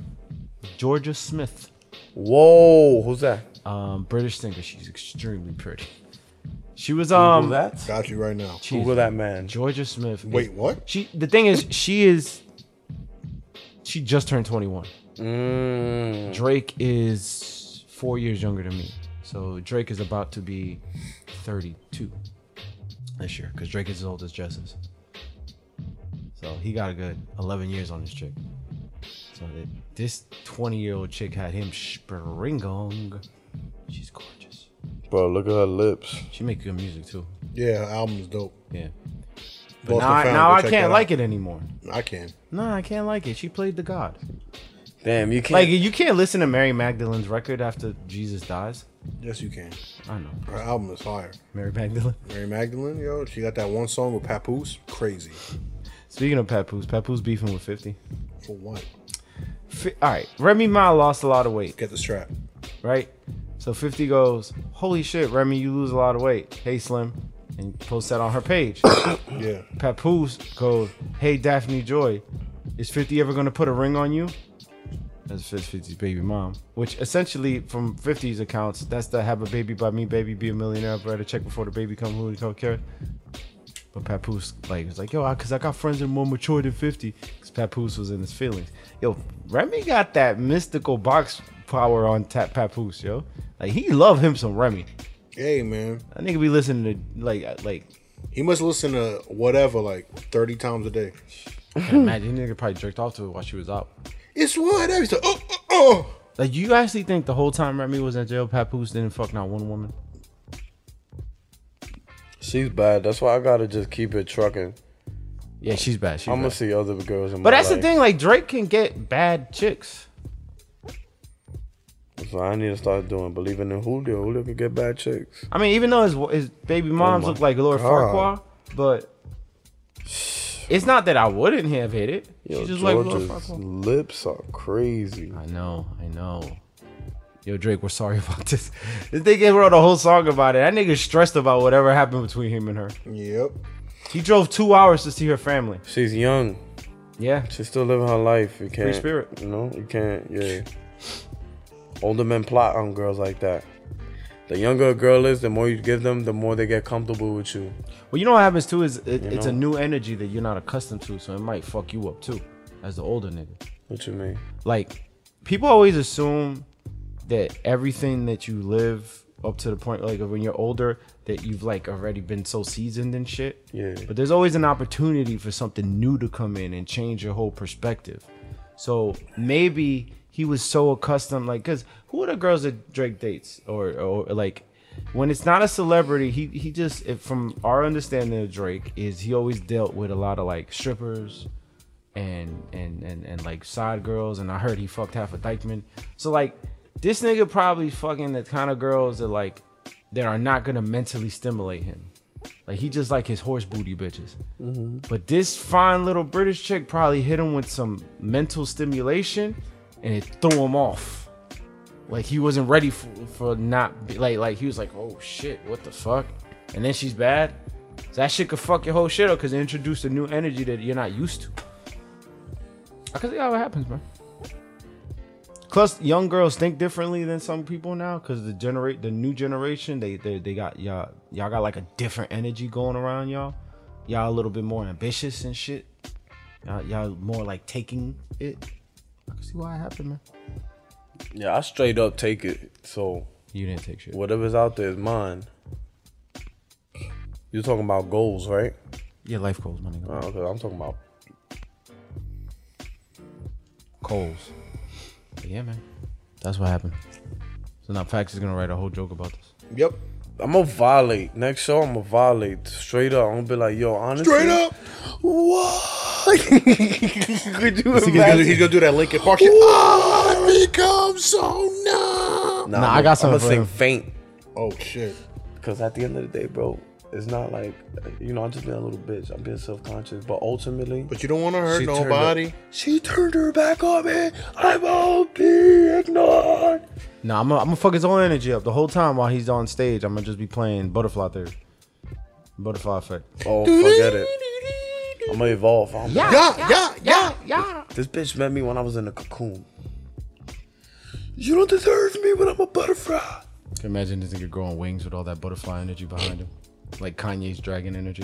S3: Georgia Smith,
S1: Whoa, who's that?
S3: um, British singer. She's extremely pretty. She was um.
S1: that?
S2: Got you right now.
S3: she's-
S1: Google that man.
S3: Georgia Smith. is-
S2: Wait, what?
S3: She. The thing is, she is. She just turned 21.
S1: Mm.
S3: Drake is four years younger than me. So Drake is about to be 32 this year because Drake is as old as Jess is. So he got a good 11 years on this chick. So that this 20 year old chick had him springing. She's gorgeous.
S1: Bro, look at her lips.
S3: She make good music too.
S2: Yeah, her album is dope.
S3: Yeah. But
S2: Lost
S3: now, I-
S2: and Found,
S3: now
S2: go
S3: I
S2: check
S3: can't
S2: that
S3: like it anymore.
S2: out. I can.
S3: Nah, I can't like it. She played the God.
S1: Damn, you can't.
S3: Like you can't listen to Mary Magdalene's record after Jesus dies.
S2: Yes, you can.
S3: I know.
S2: Her album is fire.
S3: Mary Magdalene.
S2: Mary Magdalene, yo, she got that one song with Papoose. Crazy.
S3: Speaking of Papoose, Papoose beefing with 50.
S2: For what?
S3: Fi all right, Remy Ma lost a lot of weight,
S2: Get the strap.
S3: right? So 50 goes, Holy shit, Remy, you lose a lot of weight. Hey, Slim. And posts that on her page.
S2: Yeah.
S3: Papoose goes, Hey, Daphne Joy, is 50 ever going to put a ring on you? That's 50's baby mom, which essentially, from 50's accounts, that's the have a baby by me, baby, be a millionaire, write a check before the baby come, who you don't care. But Papoose like was like, yo, I, cause I got friends that are more mature than 50. Cause Papoose was in his feelings. Yo, Remy got that mystical box power on tap Papoose, yo. Like he love him some Remy.
S2: Hey, man.
S3: That nigga be listening to like like
S2: He must listen to whatever like 30 times a day.
S3: I can't imagine that nigga probably jerked off to her while she was out.
S2: It's whatever. He's like, oh, oh, oh.
S3: Like you actually think the whole time Remy was in jail, Papoose didn't fuck not one woman?
S1: She's bad. That's why I gotta just keep it trucking.
S3: Yeah, she's bad. She's
S1: I'm gonna
S3: bad.
S1: see other girls in
S3: But
S1: my
S3: that's the
S1: life.
S3: thing, like Drake can get bad chicks.
S1: So I need to start doing believing in Julio. Julio can get bad chicks.
S3: I mean, even though his his baby moms
S1: Oh my
S3: look like Laura
S1: God.
S3: Farquhar, but it's not that I wouldn't have hit it.
S1: Yo,
S3: She's just like Laura
S1: Georgia's
S3: Farquhar.
S1: lips are crazy.
S3: I know, I know. Yo, Drake, we're sorry about this. This nigga wrote a whole song about it. That nigga stressed about whatever happened between him and her.
S2: Yep.
S3: He drove two hours to see her family.
S1: She's young.
S3: Yeah.
S1: She's still living her life. You can't.
S3: spirit.
S1: You know, you can't. Yeah. Older men plot on girls like that. The younger a girl is, the more you give them, the more they get comfortable with you.
S3: Well, you know what happens too is it, it's a
S1: know?
S3: new energy that you're not accustomed to, so it might fuck you up too, as the older nigga.
S1: What you mean?
S3: like people always assume that everything that you live up to the point like when you're older that you've like already been so seasoned and shit
S1: Yeah.
S3: but there's always an opportunity for something new to come in and change your whole perspective so maybe he was so accustomed like because who are the girls that drake dates or or like when it's not a celebrity he he just if, from our understanding of drake is he always dealt with a lot of like strippers and and and and like side girls and I heard he fucked half a Dykeman. So like this nigga probably fucking the kind of girls that like that are not gonna mentally stimulate him. Like he just like his horse booty bitches. But this fine little British chick probably hit him with some mental stimulation and it threw him off. Like he wasn't ready for, for not be, like like he was like oh shit what the fuck and then she's bad. So that shit could fuck your whole shit up because it introduced a new energy that you're not used to. I can see how it happens, man. Plus, young girls think differently than some people now because the generate the new generation they they, they got y'all y'all got like a different energy going around y'all. Y'all a little bit more ambitious and shit. Y'all, y'all more like taking it. I can see why it happened, man.
S1: Yeah, I straight up take it. So
S3: You didn't take shit.
S1: whatever's out there is mine. You're talking about goals, right?
S3: Yeah, life goals, money goals.
S1: Oh, okay, I'm talking about
S3: Coles. But yeah, man. That's what happened. So now Pax is gonna write a whole joke about this.
S2: Yep.
S1: I'm gonna violate. Next show, I'm gonna violate straight up. I'm gonna be like, yo, honestly,
S2: Straight up.
S1: What? Could you
S2: He's gonna,
S1: imagine?
S2: he's gonna do that Linkin Park shit. Oh, it becomes so numb.
S1: Nah,
S3: Nah,
S1: I'm
S3: I got
S1: I'm
S3: something
S1: gonna
S3: for
S1: sing
S3: him.
S1: faint,
S2: Oh shit.
S1: cause at the end of the day, bro, it's not like you know I'm just being a little bitch. I'm being self conscious, but ultimately,
S2: But you don't want to hurt
S1: she turned
S2: nobody.
S1: her- she turned her back on me. I won't be ignored.
S3: Nah, I'm gonna I'm fuck his whole energy up the whole time while he's on stage. I'm gonna just be playing butterfly theory, butterfly effect.
S1: Oh, forget it. I'm gonna evolve. I'm-
S2: Yeah, yeah, yeah.
S1: This bitch met me when I was in a cocoon. You don't deserve me when I'm a butterfly.
S3: Can you imagine this nigga growing wings with all that butterfly energy behind him, like Kanye's dragon energy.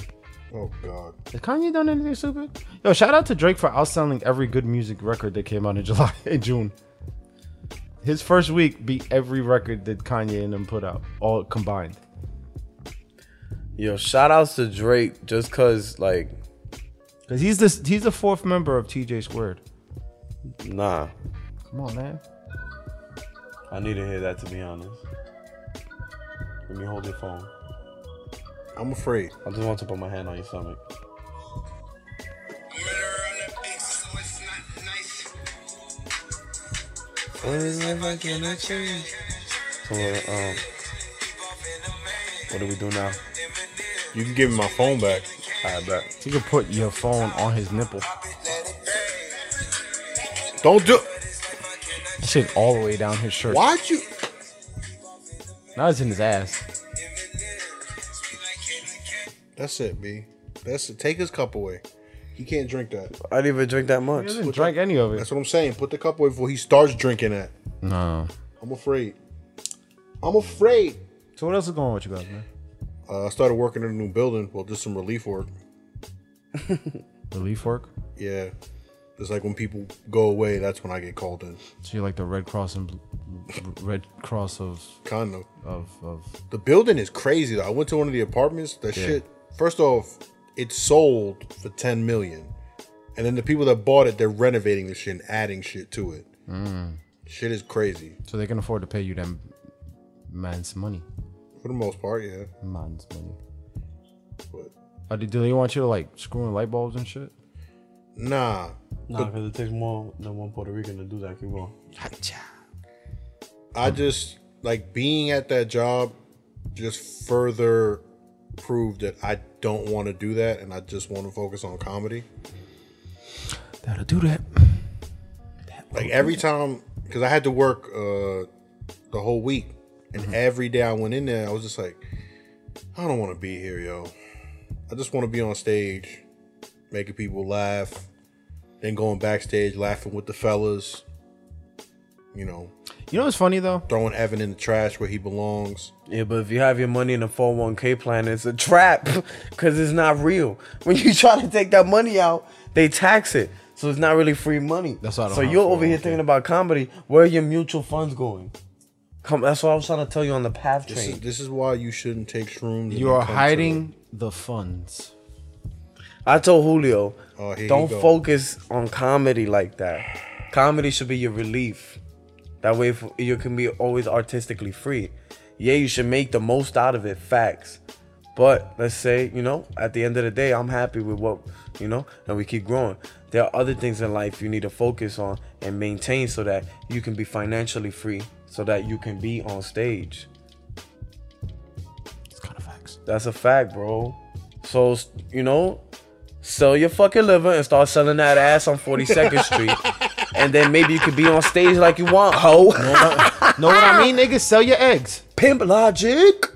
S2: Oh God.
S3: Has Kanye done anything stupid? Yo, shout out to Drake for outselling every good music record that came out in July and June. His first week beat every record that Kanye and them put out, all combined.
S1: Yo, shout outs to Drake just cause like
S3: Cause he's this, he's the fourth member of TJ Squared.
S1: nah.
S3: Come on, man.
S1: I need to hear that to be honest. Let me hold your phone.
S2: I'm afraid.
S1: I just want to put my hand on your stomach. So um what do we do now?
S2: You can give me my phone back.
S1: I bet.
S3: You could put your phone on his nipple.
S2: Don't do.
S3: That shit all the way down his shirt.
S2: Why'd you?
S3: Now it's in his ass.
S2: That's it, B. That's it. Take his cup away. He can't drink that.
S1: I didn't even drink that
S3: He
S1: much.
S3: doesn't drink any of it.
S2: That's what I'm saying. Put the cup away before he starts drinking that.
S3: No.
S2: I'm afraid. I'm afraid.
S3: So what else is going on with you guys, man?
S2: Uh, I started working in a new building. Well, just some relief work.
S3: Relief work.
S2: Yeah. It's like when people go away, that's when I get called in.
S3: So you're like the Red Cross and Red Cross of
S2: Kind of.
S3: of of.
S2: The building is crazy though. I went to one of the apartments. That shit. First off, it sold for ten million, and then the people that bought it, they're renovating the shit and adding shit to it. Shit is crazy
S3: So they can afford to pay you them man's money.
S2: for the most part. Yeah.
S3: Man's money.
S2: But
S3: Are they, do they want you to like screw in light bulbs and shit?
S2: nah,
S1: Nah, because it takes more than one Puerto Rican to do that. Keep going.
S2: I just like being at that job. Just further proved that I don't want to do that, and I just want to focus on comedy.
S3: That'll do that.
S2: like every time because i had to work uh the whole week and every day i went in there i was just like i don't want to be here yo i just want to be on stage making people laugh then going backstage laughing with the fellas you know
S3: You know what's funny though?
S2: throwing evan in the trash where he belongs
S1: Yeah, but if you have your money in a 401k plan, it's a trap because it's not real. When you try to take that money out, they tax it. So it's not really free money.
S3: That's why I don't
S1: So
S3: have
S1: you're over here
S3: 401k.
S1: thinking about comedy. Where are your mutual funds going? Come, that's what I was trying to tell you on the path
S2: this is,
S1: train.
S2: this is why you shouldn't take shrooms and
S3: You are
S2: come to-
S3: hiding the funds.
S1: I told Julio,
S2: Oh, here you
S1: don't
S2: go.
S1: focus on comedy like that. Comedy should be your relief. That way if- you can be always artistically free. Yeah, you should make the most out of it, facts. But let's say, you know, at the end of the day, I'm happy with what, you know, and we keep growing. There are other things in life you need to focus on and maintain so that you can be financially free, so that you can be on stage.
S3: It's kind of facts.
S1: That's a fact, bro. So s- you know, sell your fucking liver and start selling that ass on 42nd Street, and then maybe you could be on stage like you want, ho.
S3: know what I mean, nigga? Sell your eggs.
S1: Pimp logic.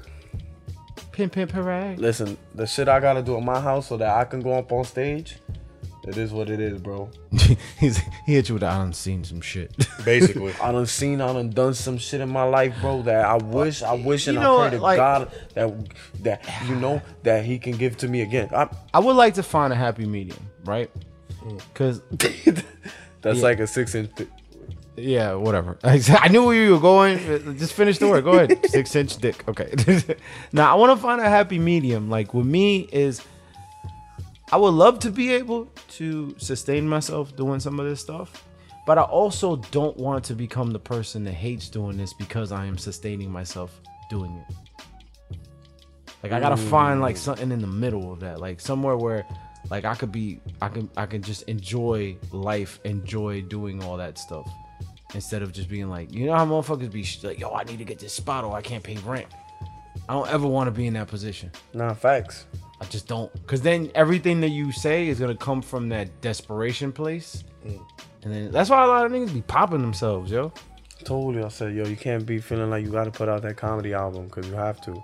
S3: Pimp, pimp, hooray.
S1: Listen, the shit I gotta do at my house so that I can go up on stage. It is what it is, bro.
S3: He's, he hit you with the I done seen some shit.
S2: basically
S1: I done seen, I done done some shit in my life, bro. That I wish, I wish, and
S3: You know
S1: I pray to
S3: what, like-
S1: God that that you know that He can give to me again. I,
S3: I would like to find a happy medium, right? Because
S1: that's like a six inch. Th-
S3: Yeah, whatever. I knew where you were going. Just finish the word. Go ahead. Six inch dick. Okay. now I want to find a happy medium. Like with me is, I would love to be able to sustain myself doing some of this stuff, but I also don't want to become the person that hates doing this because I am sustaining myself doing it. Like I gotta find like something in the middle of that, like somewhere where, like I could be, I can, I can just enjoy life, enjoy doing all that stuff, instead of just being like, you know how motherfuckers be sh- like, yo, I need to get this spot or I can't pay rent. I don't ever want to be in that position.
S1: nah, facts.
S3: I just don't, cause then everything that you say is gonna come from that desperation place, and then that's why a lot of niggas be popping themselves, yo.
S1: told you, I said, yo, you can't be feeling like you gotta put out that comedy album because you have to.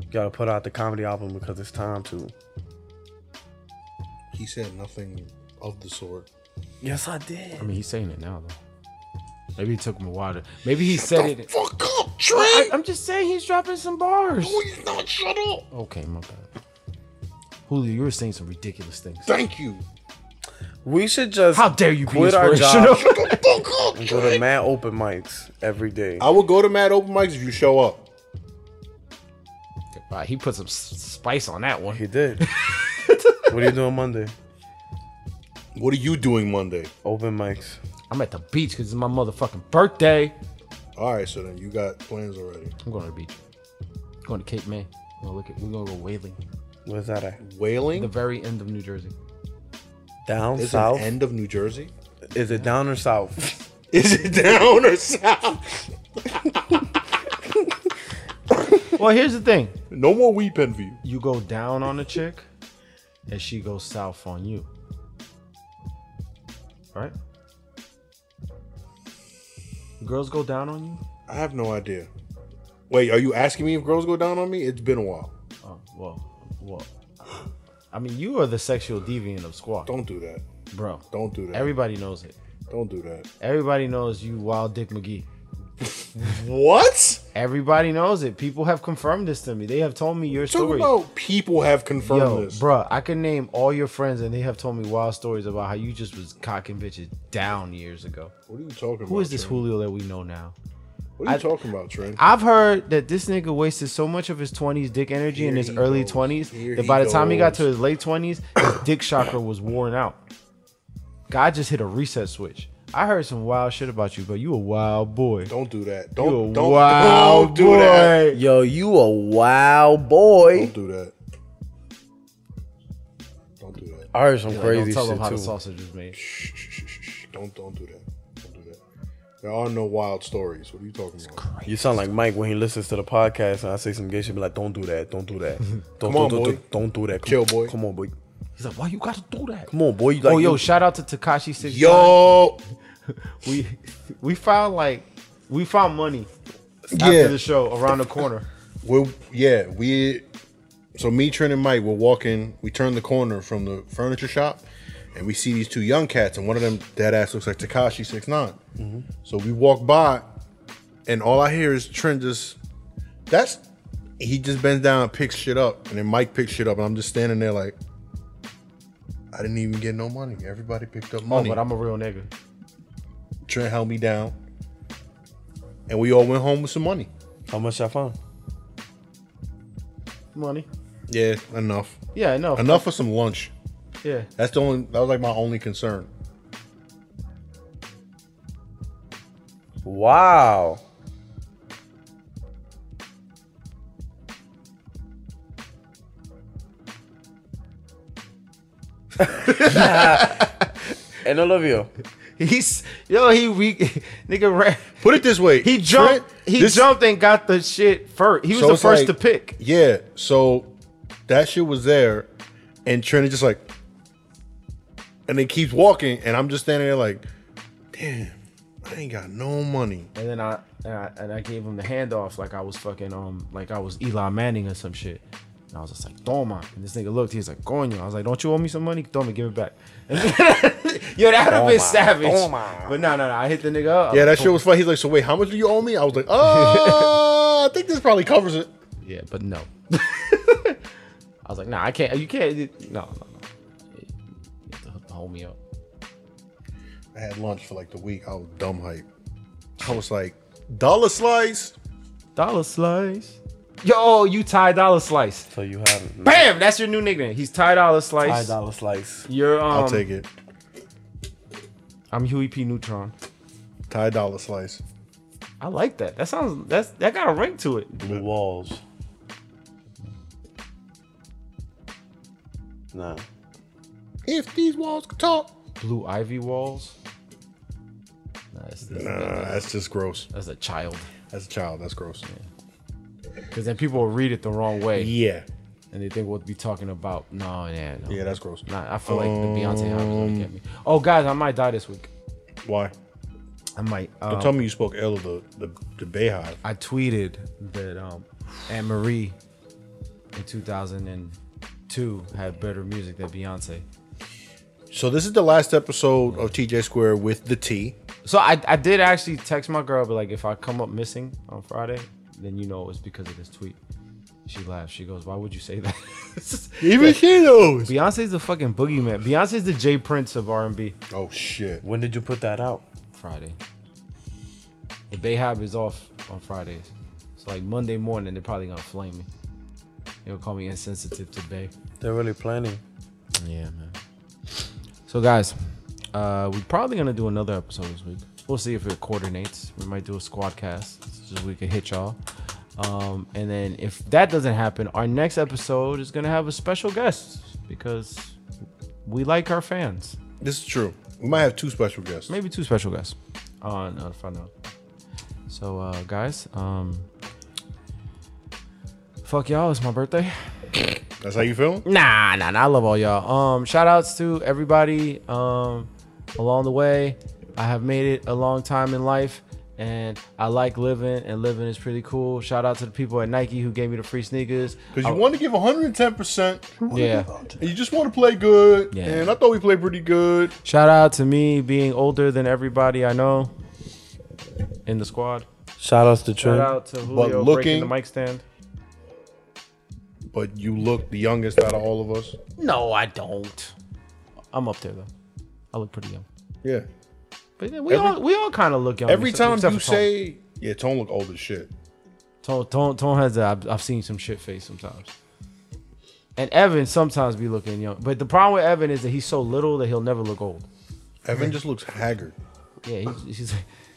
S1: You gotta put out the comedy album because it's time to.
S2: he said nothing of the sort.
S1: Yes, I did.
S3: I mean, he's saying it now though. Maybe it took him a while. To, maybe he said it.
S2: Fuck up,
S3: I,
S2: Trey!
S3: I'm just saying he's dropping some bars.
S2: Please not shut up!
S3: Okay, my bad. Julio, you were saying some ridiculous things.
S2: Thank you.
S1: We should just
S3: How dare you be
S1: quit our
S3: inspirational?
S1: job
S2: Fuck up,
S1: and go to
S2: Trey!
S1: mad open mics every day.
S2: I will go to mad open mics if you show up.
S3: Wow, he put some s- spice on that one.
S1: He did. what are you doing Monday?
S2: What are you doing Monday?
S1: Open mics.
S3: I'm at the beach because it's my motherfucking birthday.
S2: All right, so then you got plans already.
S3: I'm going to the beach. going to Cape May. We're gonna look at. We're gonna go whaling.
S1: Where's that at?
S3: The
S2: Whaling
S3: very end of New Jersey.
S1: Down
S2: is
S1: south?
S2: an end of New Jersey.
S1: Is it down or south?
S2: Is it down or south?
S3: Well, here's the thing.
S2: No more weep envy.
S3: You go down on a chick, and she goes south on you. Right? Girls go down on you.
S2: I have no idea. Wait, are you asking me if girls go down on me? It's been a while.
S3: Oh, well, well. I mean, you are the sexual deviant of squad,
S2: Don't do that.
S3: bro.
S2: Don't do that.
S3: Everybody knows it.
S2: Don't do that.
S3: Everybody knows you, Wild Dick McGee.
S2: What?
S3: Everybody knows it. People have confirmed this to me. They have told me your
S2: Talking
S3: story.
S2: about people have confirmed
S3: Yo,
S2: this.
S3: bruh, I can name all your friends, and they have told me wild stories about how you just was cocking bitches down years ago.
S2: What are you talking about?
S3: Who is this
S2: Trent?
S3: Julio that we know now?
S2: What are you
S3: I-
S2: talking about, Trent?
S3: I've heard that this nigga wasted so much of his 20s dick energy in
S2: Here
S3: his
S2: he
S3: early
S2: goes.
S3: 20s
S2: Here
S3: that
S2: he
S3: by the time he got
S2: goes.
S3: to his late 20s, his dick chakra was worn out. God just hit a reset switch. I heard some wild shit about you, but you a wild boy.
S2: don't do that.
S3: You a
S2: Don't don't, don't
S3: wild
S2: do that.
S3: boy.
S1: Yo, you a wild boy.
S2: Don't do that. Don't do that.
S1: I heard some
S3: Like,
S1: crazy
S3: don't tell
S1: shit
S3: them how
S1: too.
S3: the sausage was made.
S2: Shh, shh, shh, shh, shh. Don't don't do that. Don't do that. There are no wild stories. What are you talking about?
S1: You sound like Mike when he listens to the podcast and I say some gay shit, be like, "Don't do that, don't do that, don't,
S2: Come on,
S1: do
S2: boy.
S1: don't do that, come,
S2: Chill, boy.
S1: come on, boy,
S3: He's like, why you gotta do that?
S1: come on, boy." You like,
S3: oh, yo,
S1: you-
S3: shout out to Takashi Six.
S2: Yo,
S3: we we found like we found money after
S2: yeah,
S3: the show around the corner.
S2: we're yeah we. So me, Trent, and Mike were walking. We turned the corner from the furniture shop, and we see these two young cats, and one of them dead ass looks like Takashi Six
S3: Mm-hmm.
S2: So we walk by, and all I hear is Trent just. That's he just bends down, and picks shit up, and then Mike picks shit up, and I'm just standing there like. I didn't even get no money. Everybody picked up
S3: Oh,
S2: money.
S3: but I'm a real nigga.
S2: Trent held me down, and we all went home with some money.
S1: how much I found?
S3: Money.
S2: Yeah, enough.
S3: Yeah, enough.
S2: Enough for some lunch.
S3: Yeah.
S2: That's the only. That was like my only concern.
S1: Wow. and Olivia,
S3: He's yo, he we nigga ran.
S2: Put it this way.
S3: He jumped.
S2: Trent,
S3: he
S2: this-
S3: jumped and got the shit first. He was
S2: so
S3: the
S2: it's
S3: first
S2: like-
S3: to pick.
S2: Yeah. So that shit was there, and Trent is just like, and he keeps walking, and I'm just standing there like, damn, I ain't got no money.
S3: And then I and I, and I gave him the handoff like I was fucking um like I was Eli Manning or some shit. And I was just like, Toma. And this nigga looked, he was like, Coño. I was like, Don't you owe me some money? Toma, give it back. Yo, that would have been savage. But no, no, no. I hit the nigga up.
S2: Yeah, that shit was funny. He's like, so wait, how much do you owe me? I was like, oh, I think this probably covers it.
S3: Yeah, but no. I was like, nah, I can't. You can't. No, no, no. You have to hook- hold me up.
S2: I had lunch for like the week. I was dumb hype. I was like, dollar slice.
S3: Dollar Slice. Yo, you Ty Dollar Slice.
S1: so you have
S3: Bam! That's your new nickname. He's Ty Dollar Slice.
S1: five dollar slice.
S3: You're um.
S2: I'll take it.
S3: I'm Huey P. Neutron.
S2: Thai dollar slice.
S3: I like that. That sounds. That's that got a ring to it.
S1: Blue walls. Nah.
S2: If these walls could talk.
S3: Blue Ivy Walls. Nah, that's, that's,
S2: Nah, Uh, that's just gross.
S3: that's a child.
S2: As a child, that's gross.
S3: Because then people will read it the wrong way,
S2: Yeah.
S3: and they think we'll be talking about no, yeah, Um, no.
S2: Yeah, that's gross.
S3: Nah, I feel like the Beyonce hype is gonna get me. Oh, guys, I might die this week.
S2: Why?
S3: I might.
S2: Don't
S3: Um,
S2: tell me you spoke ill of the, the, the Bayhive.
S3: I tweeted that um, Anne Marie in 2002 had better music than Beyonce.
S2: So this is the last episode of TJ Square with the T.
S3: So I, I did actually text my girl, but like if I come up missing on Friday, then you know it was because of this tweet. She laughs. She goes, "Why would you say that?"
S2: Even she knows.
S3: Beyonce's the fucking boogeyman. Beyonce's the Jay Prince of R and B.
S2: Oh shit.
S1: When did you put that out?
S3: Friday. The Bayhab is off on Fridays, so like Monday morning they're probably gonna flame me. They'll call me insensitive to Bay.
S1: They're really planning.
S3: Yeah, man. So guys, uh, we're probably gonna do another episode this week. We'll see if it coordinates. We might do a squad cast so we can hit y'all. Um, and then if that doesn't happen, our next episode is gonna have a special guest because we like our fans.
S2: This is true. We might have two special guests.
S3: Maybe two special guests on uh, Find Out. So uh, guys, um, fuck y'all. It's my birthday.
S2: That's how you feel?
S3: Nah, nah, nah. I love all y'all. Um, shout outs to everybody um along the way. I have made it a long time in life and I like living and living is pretty cool. Shout out to the people at Nike who gave me the free sneakers. Uh,
S2: Because you want to give 110%.
S3: Oh. Yeah.
S2: And you just want to play good.
S3: Yeah.
S2: And I thought we played pretty good.
S3: Shout out to me being older than everybody I know in the squad.
S1: Shout outs to
S3: Shout
S1: Trent.
S3: out to Julio breaking
S2: looking-
S3: the mic stand.
S2: But you look the youngest out of all of us.
S3: No, I don't. I'm up there though. I look pretty young.
S2: Yeah.
S3: But yeah, we
S2: Every-
S3: all we all kind of look young.
S2: Every
S3: except-
S2: time
S3: except
S2: you
S3: for Tom.
S2: say, yeah, Tone look old as shit.
S3: Tone, Tone, Tone has that. I've, I've seen some shit face sometimes. And Evan sometimes be looking young. But the problem with Evan is that he's so little that he'll never look old.
S2: Evan
S3: Mm-hmm.
S2: just looks haggard.
S3: Yeah, he's, he's,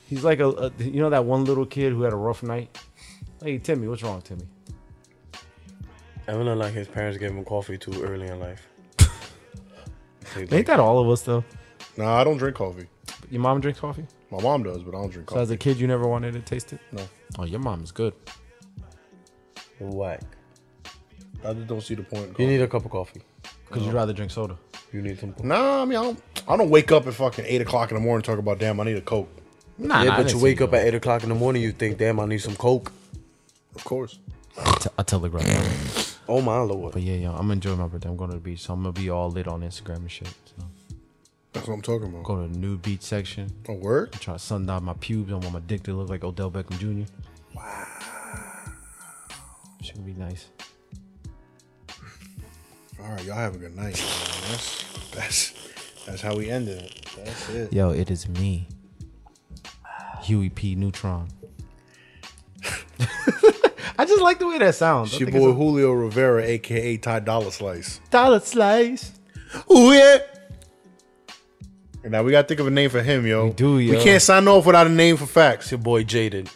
S3: he's like a, a, you know, that one little kid who had a rough night? Hey, Timmy, what's wrong, Timmy?
S1: Evan looked like his parents gave him coffee too early in life. He was
S3: Ain't
S1: like,
S3: that all of us, though?
S2: Nah, I don't drink coffee.
S3: Your mom drinks coffee?
S2: My mom does, but I don't drink
S3: So as
S2: coffee.
S3: a kid, you never wanted to taste it?
S2: No.
S3: Oh, your mom is good.
S1: whack.
S2: I just don't see the point. In
S1: You
S2: coffee.
S1: need a cup of coffee.
S3: Because you'd rather drink soda.
S1: You need some. coffee.
S2: Nah, I mean, I don't, I don't wake up at fucking 8 o'clock in the morning and talk about, damn, I need a Coke.
S3: Nah,
S1: yeah, but you wake up at eight o'clock in the morning, you think, damn, I need some coke.
S2: Of course.
S3: I telegraph.
S1: Oh my lord.
S3: But yeah, yo, I'm enjoying my birthday. I'm going to the beach, so I'm going to be all lit on Instagram and shit. So
S2: That's what I'm talking about.
S3: go to the nude beach section.
S2: A word?
S3: Try to sundial my pubes. I want my dick to look like Odell Beckham Jr. Wow. Should be nice.
S2: All right, y'all have a good night. man. That's, that's, that's how we ended it. That's it.
S3: Yo, it is me, Huey P. Neutron. I just like the way that sounds.
S2: It's your boy Julio Rivera, aka Ty Dolla Slice.
S3: Dollar Slice.
S2: Ooh yeah. And now we gotta think of a name for him, yo. We
S3: do, yo.
S2: We can't sign off without a name for facts.
S1: It's your boy Jaded.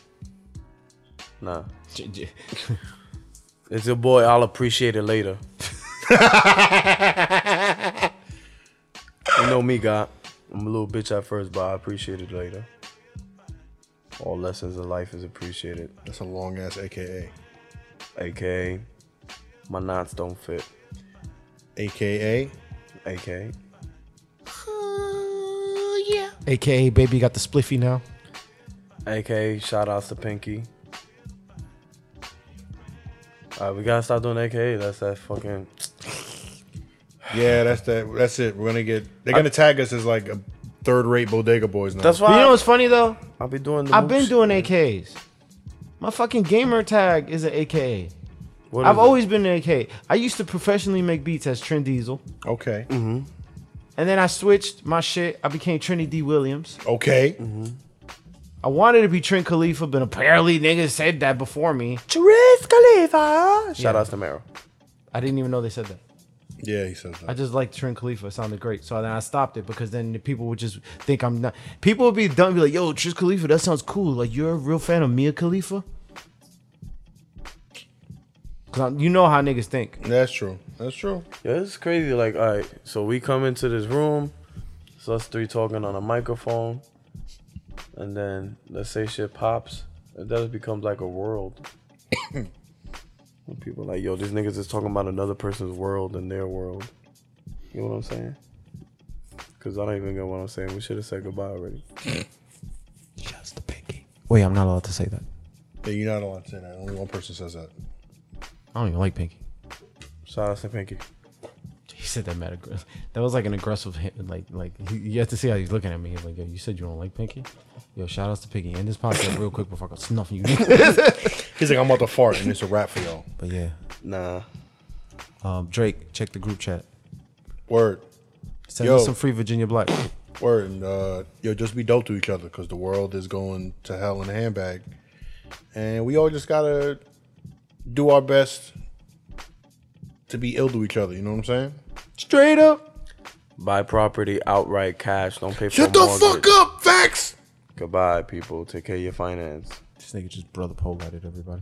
S1: Nah. It's your boy. I'll appreciate it later. you know me, God. I'm a little bitch at first, but I appreciate it later. All lessons of life is appreciated.
S2: That's a long ass AKA.
S1: AKA, my knots don't fit.
S2: AKA.
S1: AKA,
S3: AKA Baby got the spliffy now.
S1: AKA, shout outs to Pinky. Alright, we gotta stop doing AKA. That's that fucking.
S2: Yeah, that's that. That's it. We're gonna get. They're gonna tag us as like a third rate Bodega Boys now.
S1: That's
S3: But
S1: why
S3: you know
S1: I,
S3: what's funny though?
S1: I'll be doing. The
S3: I've been
S1: most-
S3: doing AKs. My fucking gamer tag is an AKA.
S1: What
S3: I've
S1: is it?
S3: always been an AKA. I used to professionally make beats as Trend Diesel.
S2: okay.
S1: Mm-hmm.
S3: And then I switched my shit. I became Trinity D. Williams.
S2: Okay.
S1: Mm-hmm.
S3: I wanted to be Trent Khalifa, but apparently niggas said that before me.
S1: Shout outs to Mero.
S3: I didn't even know they said that.
S2: Yeah, he says that.
S3: I just liked Trent Khalifa. It sounded great. So then I stopped it because then the people would just think I'm not. People would be dumb be like, yo, Trent Khalifa, that sounds cool. Like, you're a real fan of Mia Khalifa? Because you know how niggas think.
S2: that's true. That's true.
S1: Yeah, it's crazy. Like, all right, so we come into this room, it's us three talking on a microphone, and then let's say shit pops. It does becomes like a world. When People like, yo, these niggas is talking about another person's world and their world. You know what I'm saying? Cause I don't even get what I'm saying. We should have said goodbye already.
S3: Wait, I'm not allowed to say that.
S2: Yeah, you're not allowed to say that. Only one person says that.
S3: I don't even like Pinky.
S1: Shout out to Pinky.
S3: said that mad aggressive. That was like an aggressive hit. Like, like he, you have to see how he's looking at me. He's like, yo, you said you don't like Pinky? Yo, shout outs to Pinky. End this podcast real quick before I go snuffing you.
S2: He's like, I'm about to fart, and it's a wrap for y'all.
S3: but yeah,
S1: Nah.
S3: um, Drake, check the group chat.
S2: Word,
S3: Send
S2: Yo.
S3: us some free Virginia Black.
S2: word, and uh, yo, just be dope to each other because the world is going to hell in a handbag, and we all just gotta do our best to be ill to each other. You know what I'm saying?
S3: Straight up.
S1: Buy property outright cash. Don't pay for
S2: Shut
S1: a
S2: the
S1: mortgage.
S2: fuck up, facts.
S1: Goodbye, people. Take care of your finance.
S3: This nigga just brother pole at it, everybody.